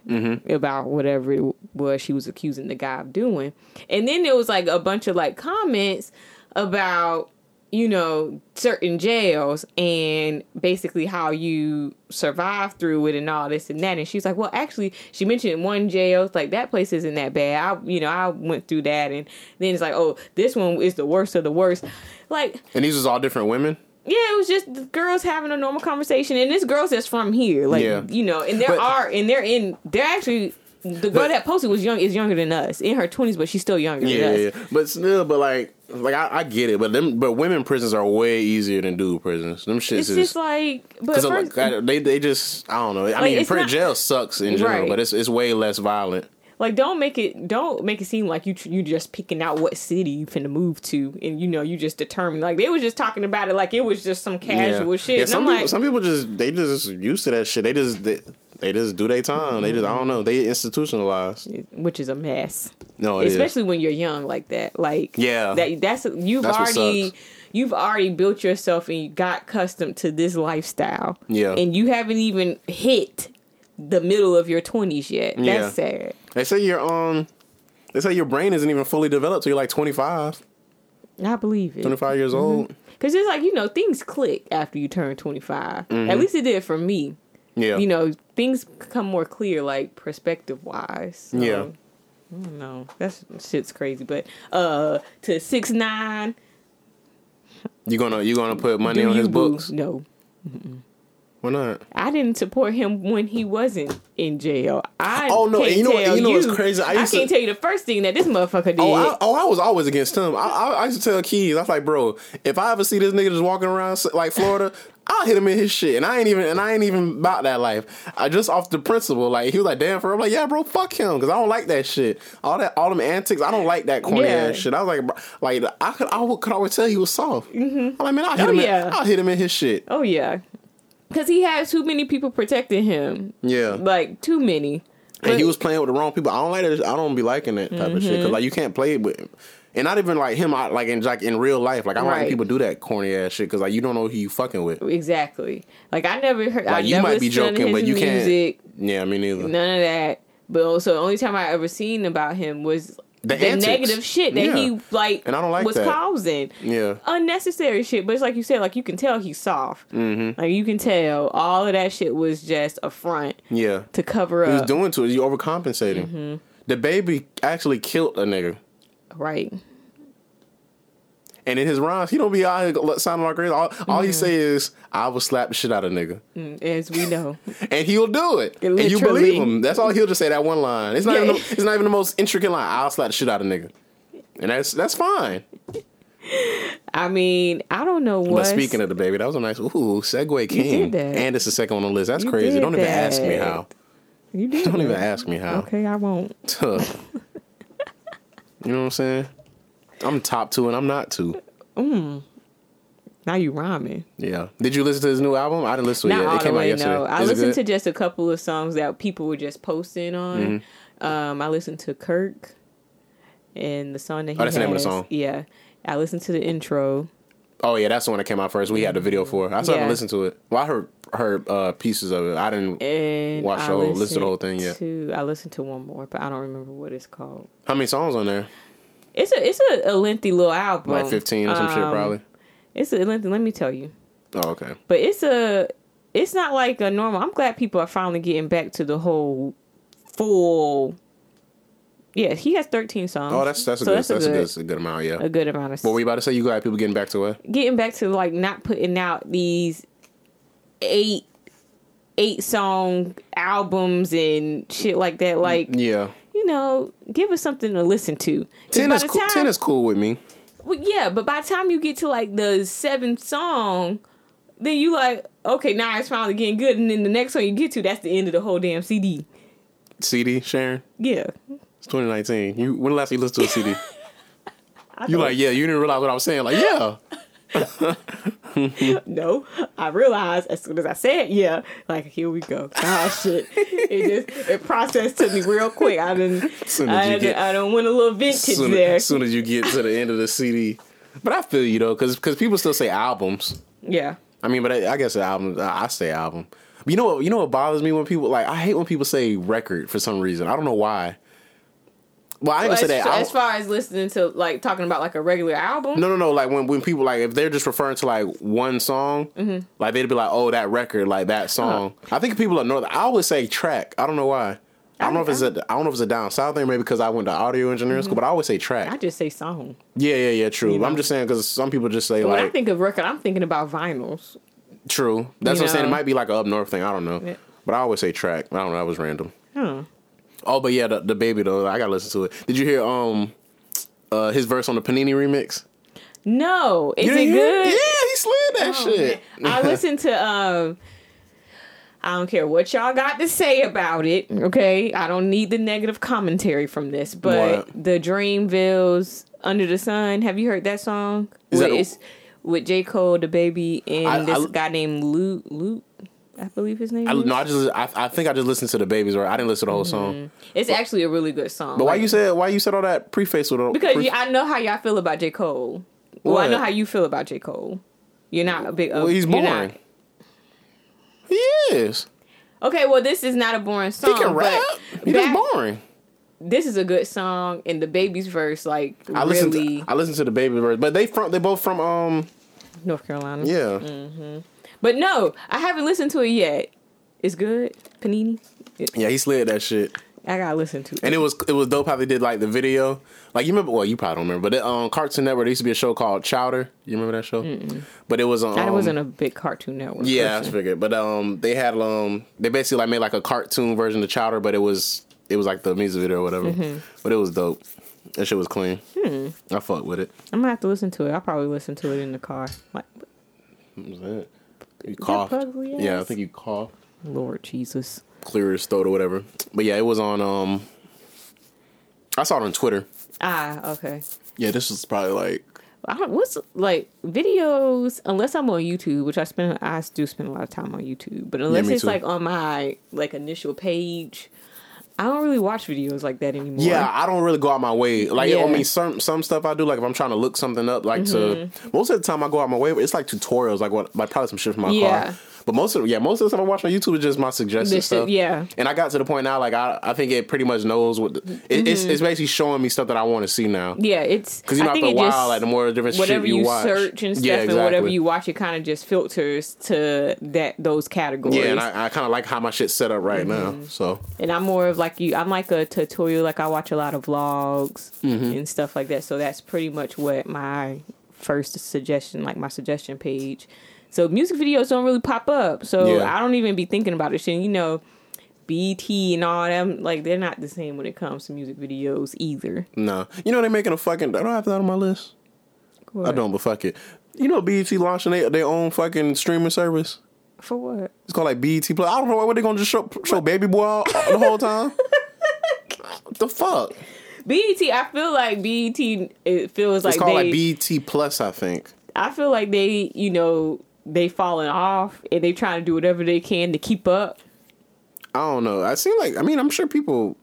B: about whatever it was she was accusing the guy of doing. And then there was like a bunch of like comments about you know certain jails and basically how you survive through it and all this and that and she's like well actually she mentioned one jail it's like that place isn't that bad i you know i went through that and then it's like oh this one is the worst of the worst like
A: And these was all different women.
B: yeah it was just the girls having a normal conversation and this girl's that's from here like
A: Yeah.
B: you know and there
A: But-
B: are and they're in they're actually the girl
A: But-
B: that posted was young is younger than us in her 20s but she's still younger
A: Yeah,
B: than us
A: yeah, yeah. But still, but like, like I, I get it. But them, but women prisons are way easier than dude prisons. Them shits
B: it's
A: is.
B: just like but
A: Cause I'm
B: first,
A: like, I- they they just I don't know. I mean,
B: it's
A: pri-
B: not-
A: jail sucks in general,
B: Right.
A: but it's it's way less violent.
B: like don't make it don't make it seem like you tr- you just picking out what city you finna move to and you know you just determined like they was just talking about it like it was just some casual shit
A: Yeah,
B: and
A: some
B: i'm
A: people,
B: like
A: some people just they just used to that shit. They just they, they just do their time. They just I don't know. They institutionalized.
B: which is a mess
A: No, it is.
B: especially when you're young like that like
A: Oh, Yeah.
B: that that's you've
A: That's what
B: already
A: sucks.
B: you've already built yourself and you got accustomed to this lifestyle
A: Yeah.
B: and you haven't even hit the middle of your 20s yet that's
A: Yeah.
B: sad
A: They say your um, they say your brain isn't even fully developed till you're like 25,
B: i believe it
A: 25 years old.
B: because it's like you know things click after you turn 25
A: Mm-hmm.
B: at least it did for me
A: Yeah,
B: you know things become more clear like perspective wise so,
A: Yeah.
B: i don't know that's shit's crazy but uh to six nine
A: you gonna you gonna put money
B: do
A: on
B: you
A: his
B: boo?
A: books.
B: no
A: Why not?
B: I didn't support him when he wasn't in jail. I
A: Oh, no,
B: can't
A: and you know what-
B: tell
A: you know what's crazy? I
B: I,
A: used to-
B: can't tell you the first thing that this motherfucker did.
A: Oh, I, oh, I was always against him. I, I, I used to tell Keys, I was like, bro, if I ever see this nigga just walking around s- like Florida, I'll hit him in his shit. And I ain't even, and I ain't even about that life. I just off the principle, like he was like, damn, for real?" I'm like, yeah, bro, fuck him, because I don't like that shit. All that, all them antics, I don't like that corny
B: Yeah.
A: ass shit. I was like, bro, like I could, I would- could always tell he was soft. Mm-hmm. I'm like, man, I'll hit
B: Oh,
A: him,
B: yeah.
A: in, I'll hit him in his shit.
B: oh yeah, because he had too many people protecting him.
A: Yeah.
B: Like too many.
A: and he was playing with the wrong people. I don't like that. I don't be liking that type of shit
B: Mm-hmm.
A: because like you can't play with, and not even like him. I, like in like in real life, like I don't
B: Right.
A: like people do that corny ass shit because like you don't know who you fucking with.
B: exactly. Like I never heard. I
A: Like you
B: never
A: might be
B: listened to
A: joking,
B: his
A: but you
B: music.
A: can't. Yeah, me neither.
B: None of that. But also, the only time I ever seen about him was
A: The
B: the,
A: antics.
B: negative shit that
A: Yeah.
B: he like,
A: And I don't like
B: was
A: that.
B: causing.
A: Yeah.
B: unnecessary shit. But it's like you said, like you can tell he's soft. Mm-hmm. Like you can tell all of that shit was just a front
A: Yeah,
B: to cover
A: he was
B: up,
A: doing to it. You overcompensating.
B: Mm-hmm.
A: The baby actually killed a nigga,
B: right?
A: and in his rhymes, he don't be out here sounding like crazy. All, all
B: Mm-hmm.
A: he say is, "I will slap the shit out of nigga,"
B: Mm, As we know,
A: and he'll do it.
B: Yeah,
A: And you
B: literally.
A: believe him. That's all he'll just say that one line. It's not
B: Yeah.
A: even the, it's not even the most intricate line. I'll slap the shit out of nigga, and that's that's fine.
B: I mean, I don't know what.
A: But speaking of the baby, that was a nice ooh segue
B: did
A: king,
B: that.
A: and it's the second one on the list. That's
B: You
A: crazy.
B: did
A: Don't even
B: that.
A: ask me how.
B: you did
A: Don't
B: it.
A: even ask me how.
B: Okay, I won't.
A: you know what I'm saying? I'm top two and I'm not two.
B: Now you rhyming.
A: Yeah. Did you listen to his new album? I didn't listen to it
B: Not
A: yet.
B: all
A: It
B: the
A: came out
B: way,
A: yesterday.
B: no. I
A: Is it
B: listened to
A: good?
B: just a couple of songs that people were just posting on.
A: Mm-hmm.
B: Um, I listened to Kirk and the song that he
A: Oh, that's the name of the
B: has.
A: song.
B: Yeah. I listened to the intro.
A: Oh yeah, that's the one that came out first. We had the video for. it. I still
B: Yeah.
A: haven't listened to it. Well, I heard heard uh, pieces of it. I didn't.
B: And
A: Watch the
B: I
A: whole- listen to the
B: listened
A: whole thing, yeah.
B: to- I listened to one more, but I don't remember what it's called.
A: How many songs on there?
B: It's a it's a, a lengthy little album.
A: Like fifteen or some shit,
B: Um,
A: probably.
B: It's a lengthy let me tell you.
A: Oh okay.
B: But it's a it's not like a normal I'm glad people are finally getting back to the whole full Yeah, he has thirteen songs.
A: Oh, that's that's a
B: So
A: good that's, a good that's a good amount. Yeah.
B: a good amount of
A: What were you about to say? You glad people getting back to what?
B: getting back to like not putting out these eight eight song albums and shit like that like
A: Yeah.
B: you know give us something to listen to 'Cause
A: Ten
B: by
A: is
B: the
A: cool.
B: time-
A: Ten is cool with me.
B: well, yeah but by the time you get to like the seventh song then you like okay now it's finally getting good and then the next one you get to that's the end of the whole damn cd
A: CD Sharon.
B: yeah
A: It's 2019. You when the last you listened to a CD?
B: I
A: You
B: thought-
A: like yeah. You didn't realize what I was saying. Like yeah.
B: no, I realized as soon as I said yeah, like here we go. Oh shit! it just it processed to me real quick. I didn't.
A: Soon as
B: I,
A: you
B: didn't
A: get-
B: I don't want a little vintage
A: soon,
B: there.
A: soon as you get to the end of the CD, But I feel you though, because people still say albums.
B: Yeah.
A: I mean, but I, I guess the album. I, I say album. But you know what? You know what bothers me when people like I hate when people say record for some reason. I don't know why. Well, I ain't
B: As,
A: gonna say that. I-
B: as far as listening to like talking about like a regular album,
A: no, no, no. Like when, when people like if they're just referring to like one song,
B: Mm-hmm.
A: like they'd be like, "Oh, that record, like that song." I think people are north. I always say track. I don't know why. I don't know if it's a I don't know if it's a down south thing, maybe because I went to audio engineering school, but I always say track.
B: Mm-hmm. I just say song.
A: yeah, yeah, yeah, true.
B: You
A: But I'm
B: know?
A: just saying because some people just say
B: When
A: like
B: I think of record, I'm thinking about vinyls.
A: True. That's
B: You
A: what I'm saying. It
B: know?
A: might be like a up north thing. I don't know.
B: Yeah.
A: But I always say track. I don't know. That was random.
B: Huh.
A: Oh, but yeah, the, the baby though. I gotta listen to it. Did you hear um uh his verse on the Panini remix?
B: No, is
A: You
B: it
A: didn't hear Yeah,
B: good?
A: he slid that
B: Oh,
A: shit.
B: man. I listened to um I don't care what y'all got to say about it, okay? I don't need the negative commentary from this, but
A: What?
B: the Dreamvilles Under the Sun, have you heard that song?
A: Is that
B: with,
A: a-
B: it's with J. Cole, the baby, and
A: I-
B: this
A: I-
B: guy named Luke Luke, I believe his name
A: I,
B: is.
A: no, I just I, I think I just listened to the baby's right. I didn't listen to the whole song.
B: it's actually a really good song.
A: But why
B: Like,
A: you said why you said all that preface with all-
B: because
A: pre-
B: you, I know how y'all feel about J. Cole. Well, I
A: What?
B: know how you feel about J. Cole. You're not a big. uh,
A: well, he's
B: you're not-
A: boring. He is.
B: Okay, well, this is not a boring song.
A: He can
B: Um, but
A: rap. He just
B: back-
A: boring.
B: This is a good song, and the baby's verse, like,
A: I listened.
B: really
A: To, I listened to the baby verse, but they from they both from um
B: North Carolina.
A: yeah.
B: Mm. But no, I haven't listened to it yet. It's good, Panini.
A: Yeah, he slid that shit.
B: I gotta listen to it.
A: And it was it was dope how they did like the video. Like you remember? Well, you probably don't remember, but it, on Cartoon Network there used to be a show called Chowder. You remember that show? But it was on.
B: I wasn't a big Cartoon Network.
A: um, yeah, I
B: person.
A: figured. But um, they had um, they basically like made like a cartoon version of Chowder, but it was it was like the music video or whatever. But it was dope. That shit was clean. I fuck with it.
B: I'm gonna have to listen to it. I'll probably listen to it in the car. Like,
A: What was that? You coughed.
B: ugly
A: Yeah, I
B: ass.
A: think you coughed.
B: Lord Jesus.
A: Clear as throat or whatever. But yeah, it was on um. I saw it on Twitter.
B: Ah, okay.
A: Yeah, this was probably like
B: I don't, what's like videos unless I'm on YouTube, which I spend I do spend a lot of time on YouTube, but unless
A: me
B: it's
A: too.
B: like on my like initial page, I don't really watch videos like that anymore.
A: Yeah, I don't really go out my way. Like, I
B: Yeah.
A: mean, some some stuff I do. Like, if I'm trying to look something up, like
B: Mm-hmm.
A: to most of the time I go out my way. But it's like tutorials, like what, like probably some shit from my
B: Yeah.
A: car. But most of yeah, most of the stuff I watch on YouTube is just my suggested
B: This shit-
A: stuff.
B: yeah.
A: and I got to the point now, like I, I think it pretty much knows what the, it, it's it's basically showing me stuff that I want to see now.
B: Mm-hmm. yeah, it's
A: Because you know,
B: I
A: after
B: think
A: a
B: it
A: while,
B: just
A: like the more different
B: whatever
A: shit you,
B: you,
A: watch,
B: search and stuff,
A: yeah, exactly.
B: and whatever you watch, it kind of just filters to that those categories.
A: yeah, and I, I kind of like how my shit's set up right
B: Mm-hmm.
A: now. So
B: and I'm more of like you. I'm like a tutorial. Like I watch a lot of vlogs
A: Mm-hmm.
B: and stuff like that. So that's pretty much what my first suggestion, like my suggestion page. So music videos don't really pop up. So
A: Yeah.
B: I don't even be thinking about this shit. And You know, BT and all them. Like they're not the same when it comes to music videos either.
A: no, you know they're making a fucking. I don't have that on my list. I don't, but fuck it. You know, BET launching they- their own fucking streaming service.
B: For what?
A: It's called like BET Plus. I don't know why they're gonna just show, show Baby Boy all, the whole time. the fuck?
B: BET. E I feel like BET. It feels like
A: It's called
B: they.
A: like E BET Plus, I think.
B: I feel like they, you know, they falling off and they trying to do whatever they can to keep up.
A: I don't know. I seem like I mean I'm sure people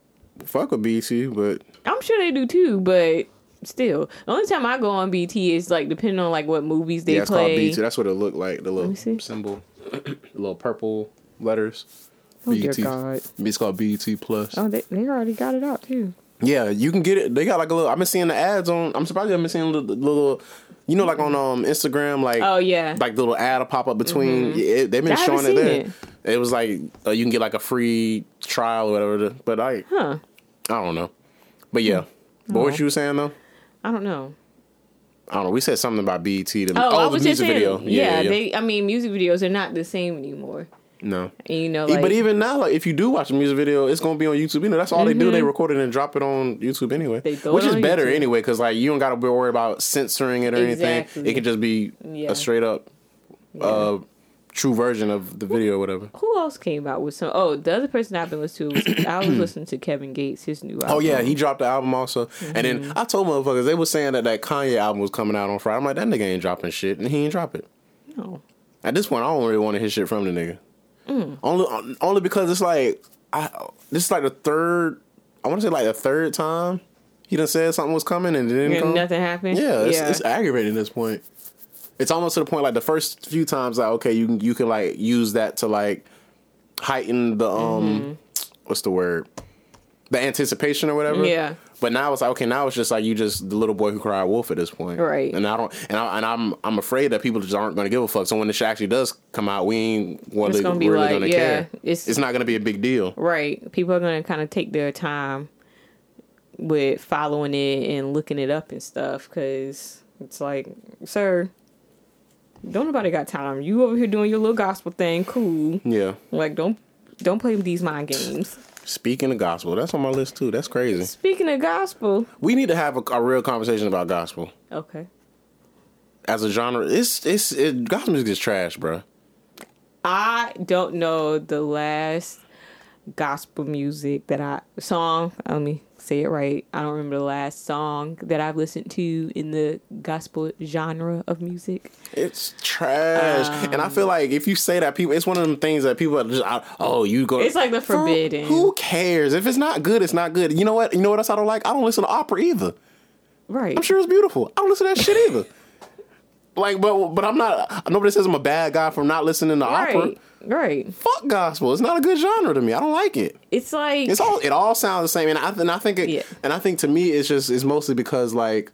A: fuck with BET, but
B: I'm sure they do too, but still, the only time I go on BT is like depending on like what movies they
A: yeah, it's called E
B: play.
A: BET. That's what it looked like. The little
B: me see.
A: symbol, the little purple letters.
B: Oh
A: E
B: dear God!
A: It's called BET Plus.
B: Oh, they, they already got it out too.
A: Yeah, you can get it. They got like a little. I've been seeing the ads on. I'm surprised I've been seeing the, the little. You know, like on um Instagram, like
B: Oh, yeah. Mm-hmm.
A: like the little ad will pop up between. Yeah, it- they've been
B: I haven't
A: showing it
B: seen
A: there.
B: it.
A: It. was like uh, you can get like a free trial or whatever. to- But I,
B: Huh?
A: I don't know. But yeah, but what you were saying though,
B: I don't know.
A: I don't know. We said something about BET. To,
B: Oh, I
A: oh,
B: was
A: the
B: just
A: music
B: saying.
A: video.
B: yeah, they. I mean, music videos are not the same anymore.
A: no.
B: And, you know,
A: E-
B: like,
A: but even now, like if you do watch a music video, it's gonna be on YouTube. You know, that's all they do. They record it and drop it on YouTube anyway,
B: Mm-hmm. They throw
A: which
B: it
A: is
B: on
A: better
B: YouTube.
A: anyway because like you don't gotta be worried about censoring it or anything.
B: Exactly.
A: It can just be
B: Yeah.
A: a straight up uh, true version of the video or whatever.
B: who else came out with some? Oh, the other person I've been listening to, was, I was listening to Kevin Gates, his new album.
A: Oh yeah, he dropped the album also, and
B: Mm-hmm.
A: then I told motherfuckers they were saying that that Kanye album was coming out on Friday. I'm like, that nigga ain't dropping shit, and he ain't drop it.
B: No.
A: At this point, I don't really want to hear shit from the nigga. Only, only because it's like I. This is like the third. I want to say like the third time He done said something was coming and it didn't
B: And
A: come.
B: nothing happened.
A: Yeah, it's,
B: yeah.
A: it's aggravating at this point. It's almost to the point like the first few times like okay, you can you can like use that to like heighten the um
B: Mm-hmm.
A: what's the word? The anticipation or whatever.
B: Yeah.
A: But now it's like okay, now it's just like you just the little boy who cried wolf at this point.
B: Right.
A: And I don't and I and I'm I'm afraid that people just aren't gonna give a fuck. So when the shit actually does come out, we ain't well,
B: It's
A: they
B: gonna be
A: really
B: like,
A: gonna
B: yeah,
A: care.
B: it's-
A: it's not gonna be a big deal.
B: right. People are gonna kind of take their time with following it and looking it up and stuff because it's like, sir, don't nobody got time. You over here doing your little gospel thing, cool.
A: Yeah.
B: Like, don't don't play with these mind games.
A: Speaking of gospel, that's on my list too. That's crazy.
B: Speaking of gospel,
A: We need to have a, a real conversation about gospel.
B: okay.
A: as a genre, it's it's it, gospel music is trash, bro.
B: I don't know the last gospel music that I song. Let me say it right. I don't remember the last song that I've listened to in the gospel genre of music.
A: It's trash,
B: Um,
A: and I feel like if you say that, people, it's one of them things that people are just out, oh, you go.
B: It's like the
A: For-
B: forbidden.
A: Who cares if it's not good? It's not good. You know what? You know what else I don't like? I don't listen to opera either.
B: Right.
A: I'm sure it's beautiful. I don't listen to that shit either. Like, but but I'm not. Nobody says I'm a bad guy for not listening to opera.
B: Right. Right.
A: Fuck gospel. It's not a good genre to me. I don't like it.
B: It's like
A: it's all it all sounds the same and i, and I think it,
B: Yeah.
A: and i think to me it's just it's mostly because like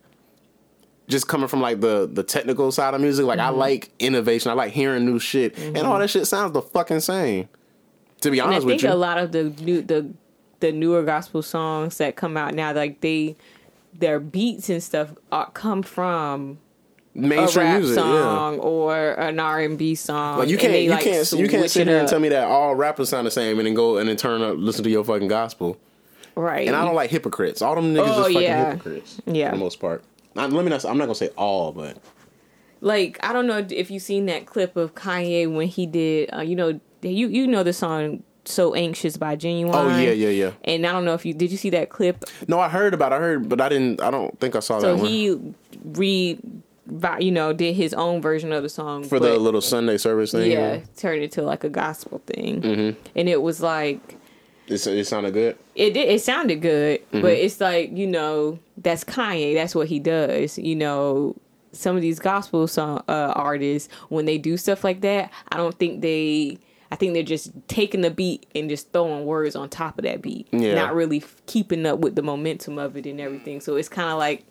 A: just coming from like the the technical side of music like
B: Mm-hmm.
A: i like innovation i like hearing new shit and all that shit sounds the fucking same to be
B: and I
A: honest with
B: think a
A: you
B: lot of the new the the newer gospel songs that come out now, like they their beats and stuff are, come from a
A: mainstream
B: rap
A: music yeah
B: song or an R and B song.
A: like you
B: and
A: can't
B: they,
A: you
B: like,
A: can't you can't
B: switch
A: sit
B: it
A: here and
B: up.
A: tell me that all rappers sound the same and then go and then turn up listen to your fucking gospel
B: right.
A: and i don't like hypocrites all them niggas
B: Mm-hmm. Oh,
A: is fucking
B: yeah.
A: hypocrites
B: Yeah.
A: for the most part Not- let me not i'm not gonna say all but
B: like I don't know if you've seen that clip of Kanye when he did, uh, you know, you you know the song "So Anxious" by Genuine.
A: oh yeah yeah yeah
B: And I don't know if you did you see that clip?
A: no i heard about it, i heard but i didn't i don't think i saw
B: So
A: that one
B: he re, vi- you know, did his own version of the song
A: for the
B: but-
A: little Sunday service thing.
B: yeah, turned it to like a gospel thing,
A: Mm-hmm.
B: and it was like
A: It's, it sounded good.
B: it did, it sounded good,
A: Mm-hmm.
B: but it's like you know that's Kanye. That's what he does. You know, some of these gospel song uh, artists when they do stuff like that, I don't think they. I think they're just taking the beat and just throwing words on top of that beat,
A: Yeah.
B: not really f- keeping up with the momentum of it and everything. So it's kind of like,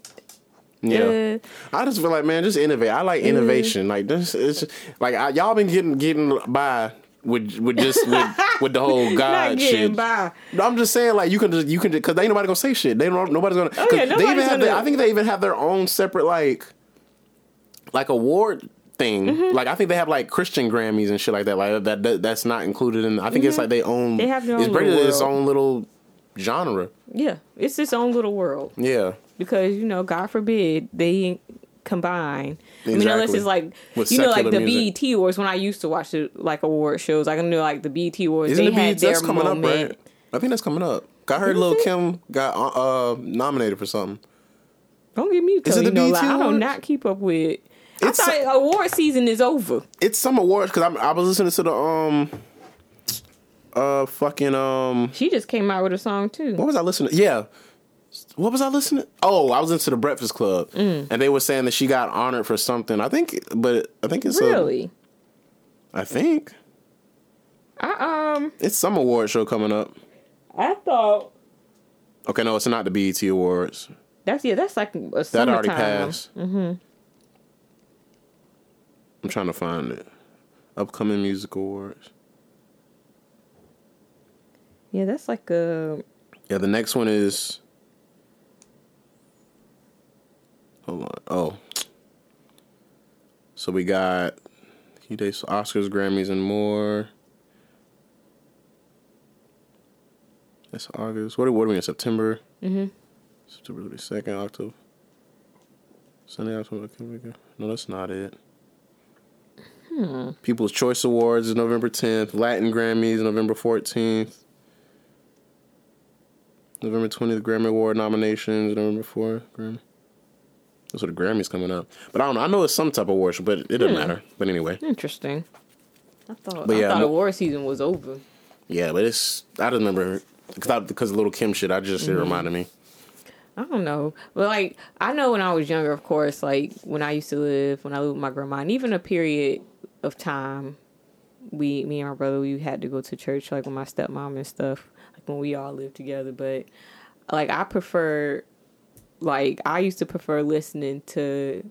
A: Yeah,
B: eh,
A: I just feel like man, just innovate. I
B: Mm-hmm.
A: like innovation. Like this, it's like I, y'all been getting getting by with with just with, with the whole
B: not
A: God
B: getting
A: Ah, shit.
B: by.
A: I'm just saying, like you can just you can because they ain't nobody gonna say shit. They don't nobody's gonna. 'cause
B: Oh, yeah,
A: they even
B: nobody's
A: have.
B: gonna-
A: their- I think they even have their own separate like like award thing.
B: Mm-hmm.
A: Like I think they have like Christian Grammys and shit like that. Like that, that that's not included in. I think it's like they own.
B: Mm-hmm. They have their
A: it's
B: own
A: bred
B: little
A: in its
B: world.
A: own little genre.
B: Yeah, it's its own little world.
A: Yeah.
B: because you know, God forbid they combine. I mean, unless
A: Exactly.
B: it's like
A: With
B: you know, like
A: secular
B: the
A: music.
B: BET Awards. When I used to watch the like award shows, I knew like the BET Awards.
A: Isn't
B: they
A: the
B: had
A: BET
B: their
A: that's coming
B: moment.
A: up, right? I think that's coming up. I heard Lil Kim got uh, nominated for something.
B: Don't get me
A: Is it
B: telling you
A: the
B: no
A: BET
B: lie. I do
A: Awards?
B: not keep up with.
A: It's-
B: I thought award season is over.
A: It's some awards because I was listening to the um uh fucking um
B: She just came out with a song
A: what
B: too.
A: was I listening? Yeah, what was I listening? Oh, I was into the Breakfast Club,
B: Mm.
A: and they were saying that she got honored for something. I think, but I think it's
B: Really?
A: A, I think
B: I um
A: it's some award show coming up.
B: I thought
A: Okay, no, it's not the BET Awards.
B: that's yeah that's like a
A: That
B: summertime.
A: already passed. Mm-hmm. I'm trying to find it. Upcoming music awards.
B: Yeah, that's like uh, a
A: Yeah, the next one is. Hold on. Oh. So we got he dates Oscars, Grammys, and more. That's August. What are, what are we in September? Mm-hmm. September thirty second, October. Sunday, October. October. No, that's not it. People's Choice Awards is November tenth. Latin Grammys November fourteenth. November 20th, Grammy Award nominations. November 4th, Grammy. That's what the Grammy's coming up. But I don't know. I know it's some type of award show, but it
B: Hmm.
A: doesn't matter. But anyway.
B: interesting. I thought
A: But
B: I
A: yeah,
B: thought
A: I'm-
B: award season was over. Mm-hmm.
A: Yeah, but it's. I don't remember. Because of Little Kim shit, I just. It reminded me.
B: I don't know. But like I know when I was younger, of course, like when I used to live, when I lived with my grandma, and even a period of time, we me and my brother, we had to go to church like with my stepmom and stuff, like when we all lived together. But like I prefer like I used to prefer listening to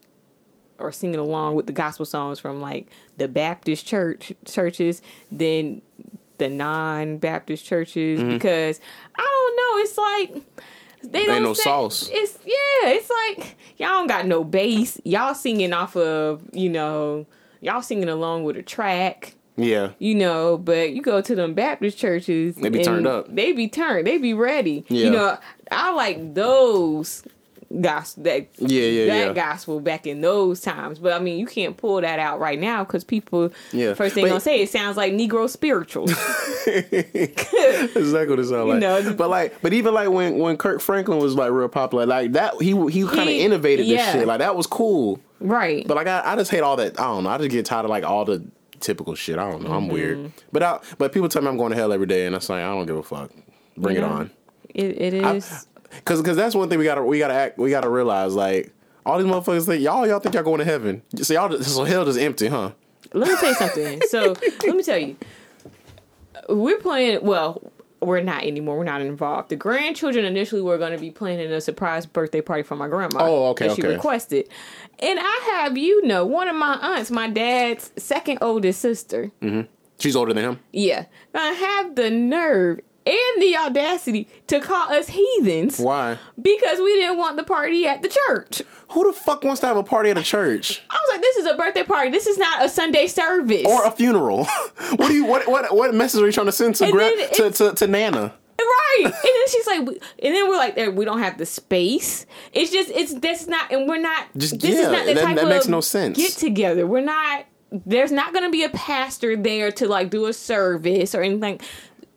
B: or singing along with the gospel songs from like the Baptist church churches than the non Baptist churches
A: Mm-hmm.
B: because I don't know, it's like they don't
A: no
B: sing-
A: sauce.
B: It's yeah, it's like y'all don't got no bass. Y'all singing off of, you know, y'all singing along with a track
A: Yeah.
B: you know, but you go to them Baptist churches.
A: They be
B: and
A: turned up.
B: They be turned. They be ready.
A: Yeah.
B: You know, I like those gospel that
A: Yeah, yeah,
B: that
A: yeah.
B: gospel back in those times. But I mean, you can't pull that out right now because people.
A: Yeah.
B: First thing
A: But-
B: gonna say it sounds like Negro spirituals.
A: exactly what it sounds like.
B: know, it's-
A: but like, but even like when when Kirk Franklin was like real popular, like that he he kind of
B: He-
A: innovated this
B: yeah.
A: shit. Like that was cool.
B: right.
A: But like I, I just hate all that. I don't know. I just get tired of like all the typical shit. I don't know. I'm
B: Mm-hmm.
A: weird. But I but people tell me I'm going to hell every day, and I say I don't give a fuck. Bring it
B: Yeah.
A: on.
B: it, it is.
A: Cause, cause that's one thing we gotta we gotta act we gotta realize like all these motherfuckers think y'all y'all think y'all going to heaven so y'all just, so hell just empty huh
B: let me tell you something. So let me tell you, we're playing. Well, we're not anymore. We're not involved. The grandchildren initially were going to be planning a surprise birthday party for my grandma.
A: Oh, okay,
B: That she
A: okay.
B: requested, and I have you know one of my aunts, my dad's second oldest sister.
A: she's older than him
B: Yeah, I have the nerve and the audacity to call us heathens
A: why
B: because we didn't want the party at the church.
A: who the fuck wants to have a party at a church
B: I was like, this is a birthday party. This is not a Sunday service.
A: or a funeral what do you what what what message are you trying to send to
B: And
A: gra-
B: then
A: to,
B: it's-
A: to to Nana
B: Right. And then she's like, we- and then we're like, "There, we don't have the space. It's just, it's that's not, and we're not.
A: Just-
B: this
A: yeah,
B: is not the
A: that-
B: type
A: that
B: of
A: makes no sense.
B: Get together. We're not. There's not going to be a pastor there to like do a service or anything.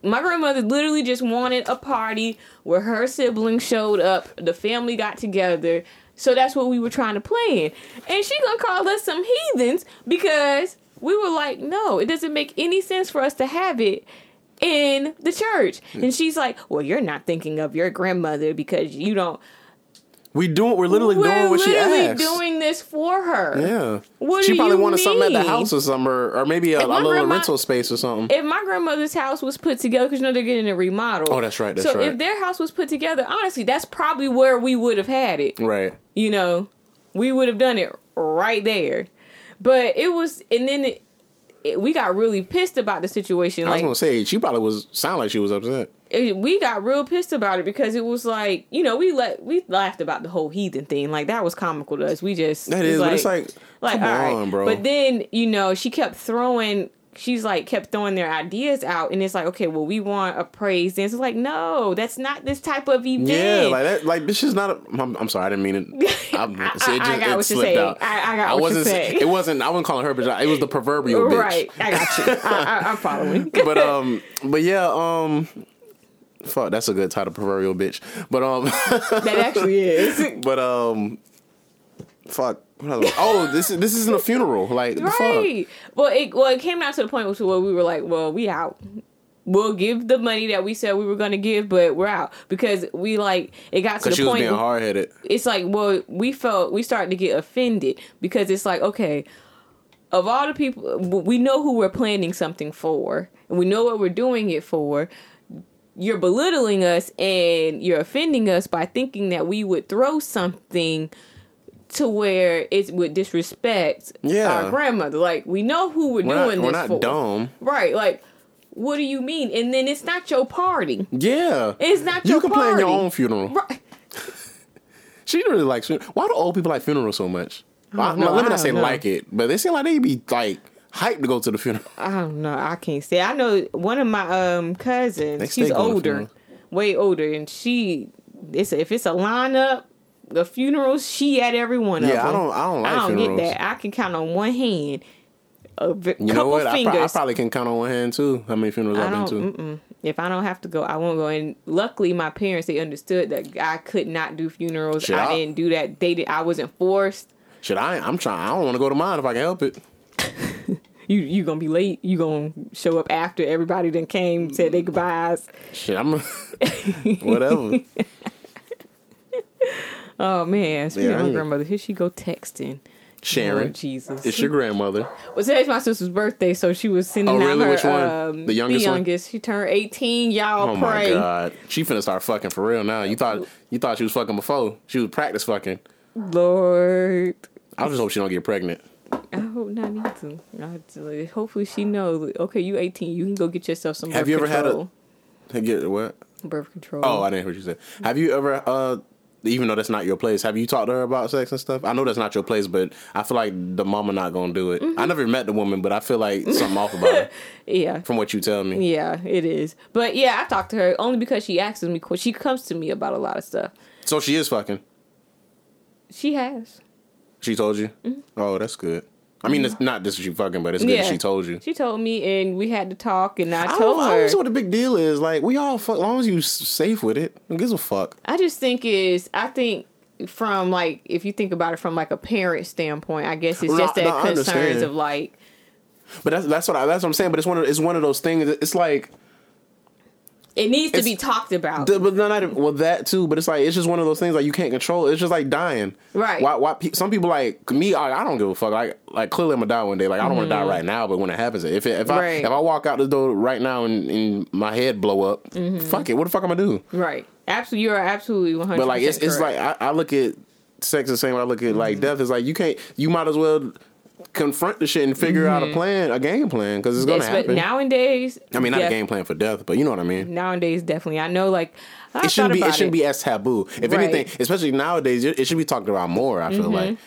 B: My grandmother literally just wanted a party where her siblings showed up, the family got together. So that's what we were trying to plan. And she gonna call us some heathens because we were like, no, it doesn't make any sense for us to have it in the church.
A: Hmm.
B: And she's like, well, you're not thinking of your grandmother because you don't.
A: we doing we're literally doing what she asked
B: doing this for her.
A: yeah
B: What
A: she
B: do
A: probably
B: you
A: wanted something at the
B: mean?
A: house or something or, or maybe a, a
B: my
A: little
B: grandma-
A: rental space or something
B: if my grandmother's house was put together, because you know they're getting a remodel.
A: Oh, that's right, that's
B: so
A: right.
B: if their house was put together, honestly, that's probably where we would have had it.
A: right
B: You know, we would have done it right there. But it was, and then it, it, we got really pissed about the situation.
A: I was
B: Like
A: gonna say she probably was sound like she was upset
B: it- we got real pissed about it because it was like, you know, we let we laughed about the whole heathen thing. Like that was comical to us. We just
A: that
B: it was
A: is but it's like
B: like
A: come
B: all right
A: on bro
B: but then you know she kept throwing she's like kept throwing their ideas out and it's like okay well we want a praise dance it's like no that's not this type of event
A: Yeah, like that. Like this is not. A, I'm, I'm sorry, I didn't mean it. I'm,
B: I-
A: see, it
B: I- I
A: just,
B: got
A: it
B: what you're
A: slipped
B: saying.
A: out.
B: I- I got what you're
A: wasn't.
B: saying.
A: It wasn't. I wasn't calling her, but it was the proverbial bitch.
B: right i got you I, I, i'm following
A: But um. But yeah. Um. Fuck. That's a good title, proverbial bitch. But um.
B: that actually is
A: but um. Fuck. What other- Oh, this is this isn't a funeral. Like the fuck.
B: right well it well it came down to the point where we were like well we out we'll give the money that we said we were going to give but we're out because we like it got to the
A: Because she was
B: point
A: being
B: where-
A: hard headed.
B: it's like well we felt we started to get offended because it's like okay of all the people we know who we're planning something for and we know what we're doing it for you're belittling us and you're offending us by thinking that we would throw something to where it would disrespect
A: Yeah.
B: our grandmother like we know who we're,
A: We're
B: doing
A: not, we're
B: this
A: not
B: for
A: dumb.
B: right like what do you mean and then it's not your party
A: Yeah.
B: it's not
A: you
B: your
A: can
B: party
A: plan your own funeral.
B: right
A: She really likes funerals. Why do old people like funerals so much? I-
B: know.
A: let me
B: I
A: not say
B: don't know.
A: like it, but they seem like they be like hyped to go to the funeral.
B: I don't know. I can't say. I know one of my um
A: They
B: cousins.
A: stay
B: She's
A: going to
B: older,
A: funerals.
B: way older, and she. It's if it's a lineup, the funerals. She at every one of
A: Yeah,
B: them.
A: I don't. I don't like
B: I don't
A: funerals.
B: get that. I can count on one hand, a v-
A: You know
B: couple
A: what? I,
B: fingers.
A: pro- I probably can count on one hand too. How many funerals
B: I
A: I've been to?
B: don't. Mm-mm. If I don't have to go, I won't go. And luckily, my parents they understood that I could not do funerals.
A: Shit,
B: I,
A: I-
B: didn't do that. They did. I wasn't forced.
A: Should I? I'm trying. I don't want to go to mine if I can help it.
B: You you gonna be late. You gonna show up after everybody then came, said their goodbyes.
A: Shit, I'm whatever.
B: Oh man, speaking
A: Yeah,
B: of
A: I
B: my
A: ain't-
B: grandmother, here she go texting.
A: Sharon.
B: Lord Jesus. Oh,
A: It's your grandmother.
B: Well, today's my sister's birthday, so she was sending
A: Oh, really?
B: out her.
A: Which one?
B: Um,
A: The youngest
B: The
A: one?
B: youngest. She turned eighteen. Y'all
A: Oh my
B: pray.
A: god, she finna start fucking for real now. You thought you thought she was fucking before? She was practice fucking.
B: Lord,
A: I just hope she don't get pregnant.
B: I hope not need to. I just- Hopefully, she knows. Okay, you eighteen. You can go get yourself some.
A: Have
B: birth
A: you ever had a-
B: control.
A: Get what?
B: had a birth control?
A: Oh, I didn't hear what you said. Have you ever, uh, even though that's not your place, have you talked to her about sex and stuff? I know that's not your place, but I feel like the mama not gonna do it.
B: Mm-hmm.
A: I never met the woman, but I feel like something off about her
B: yeah.
A: from what you tell me.
B: Yeah, it is. But yeah, I talked to her only because she asks me. que- She comes to me about a lot of stuff.
A: So she is fucking.
B: She has.
A: She told you. Oh, that's good. I mean, it's not this she fucking, but it's good that
B: Mm-hmm. Yeah.
A: she told you.
B: She told me, and we had to talk, and I
A: I
B: told
A: don't, I don't
B: her.
A: see what the big deal is. Like we all fuck, as long as you s- safe with it, who gives a fuck?
B: I just think is I think from like if you think about it from like a parent standpoint, I guess it's
A: No,
B: just
A: no, I
B: that concerns
A: understand.
B: of like
A: But that's that's what I, that's what I'm saying. But it's one of it's one of those things. It's like
B: it needs to
A: It's-
B: be talked about.
A: The- but no, not even- well that too. But it's like it's just one of those things like you can't control. It's just like dying.
B: Right.
A: Why? Why? pe- Some people like me. I, I don't give a fuck. Like like clearly I'm gonna die one day. Like I don't want to die right now. But when it happens, if it, if I
B: Mm-hmm. Right.
A: if I walk out the door right now and, and my head blow up,
B: Mm-hmm.
A: fuck it. What the fuck am I do?
B: right. Absolutely, you're absolutely one hundred.
A: But like it's it's like I, I look at sex the same way I look at
B: Mm-hmm.
A: like death. It's like you can't. You might as well confront the shit and figure out a
B: Mm-hmm.
A: plan, a game plan, because it's gonna happen.
B: nowadays.
A: I mean, not
B: def-
A: a game plan for death, but you know what I mean.
B: Nowadays, definitely. I know, like I
A: it shouldn't
B: thought
A: be it
B: about
A: shouldn't be as taboo. If
B: Right.
A: anything, especially nowadays, it it should be talked about more. I feel like
B: Mm-hmm.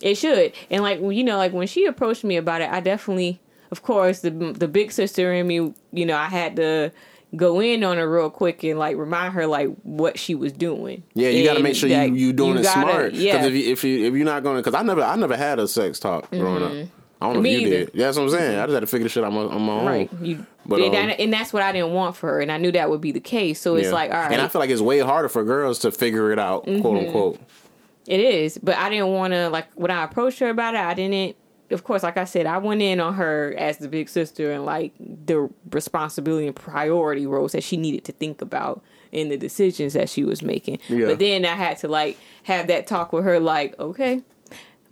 B: It should. And like you know, like when she approached me about it, I definitely, of course, the the big sister in me, you know, I had to go in on her real quick and like remind her like what she was doing.
A: yeah, you got to make sure you you doing it smart.
B: Yeah,
A: Because if you, if you if you're not going to, because I never I never had a sex talk growing up. I don't know
B: Mm-hmm. Me
A: if you
B: either. Mm-hmm.
A: did. That's what I'm saying. I just had to figure this shit out on my, on my
B: right.
A: own.
B: You,
A: But,
B: and,
A: um,
B: that- and that's what I didn't want for her, and I knew that would be the case. So it's
A: Yeah.
B: like, all right, Mm-hmm.
A: and I feel like it's way harder for girls to figure it out, quote unquote.
B: It is, but I didn't want to like when I approached her about it. I didn't. Of course, like I said, I went in on her as the big sister and like the responsibility and priority roles that she needed to think about in the decisions that she was making.
A: Yeah.
B: But then I had to like have that talk with her, like, okay,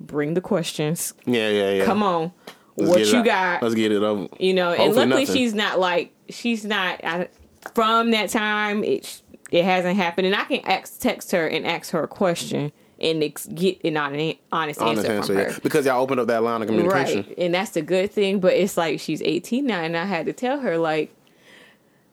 B: bring the questions.
A: Yeah, yeah, yeah.
B: Come on,
A: Let's
B: what
A: get it
B: you
A: out.
B: got?
A: Let's get it over.
B: you know and
A: Hopefully
B: luckily
A: nothing.
B: she's not like she's not I, from that time it it hasn't happened and i can ask, text her and ask her a question and ex- get an honest, honest
A: Honest
B: answer,
A: answer,
B: from
A: yeah.
B: her
A: Because y'all opened up that line of communication.
B: right and that's the good thing but it's like she's 18 now and i had to tell her like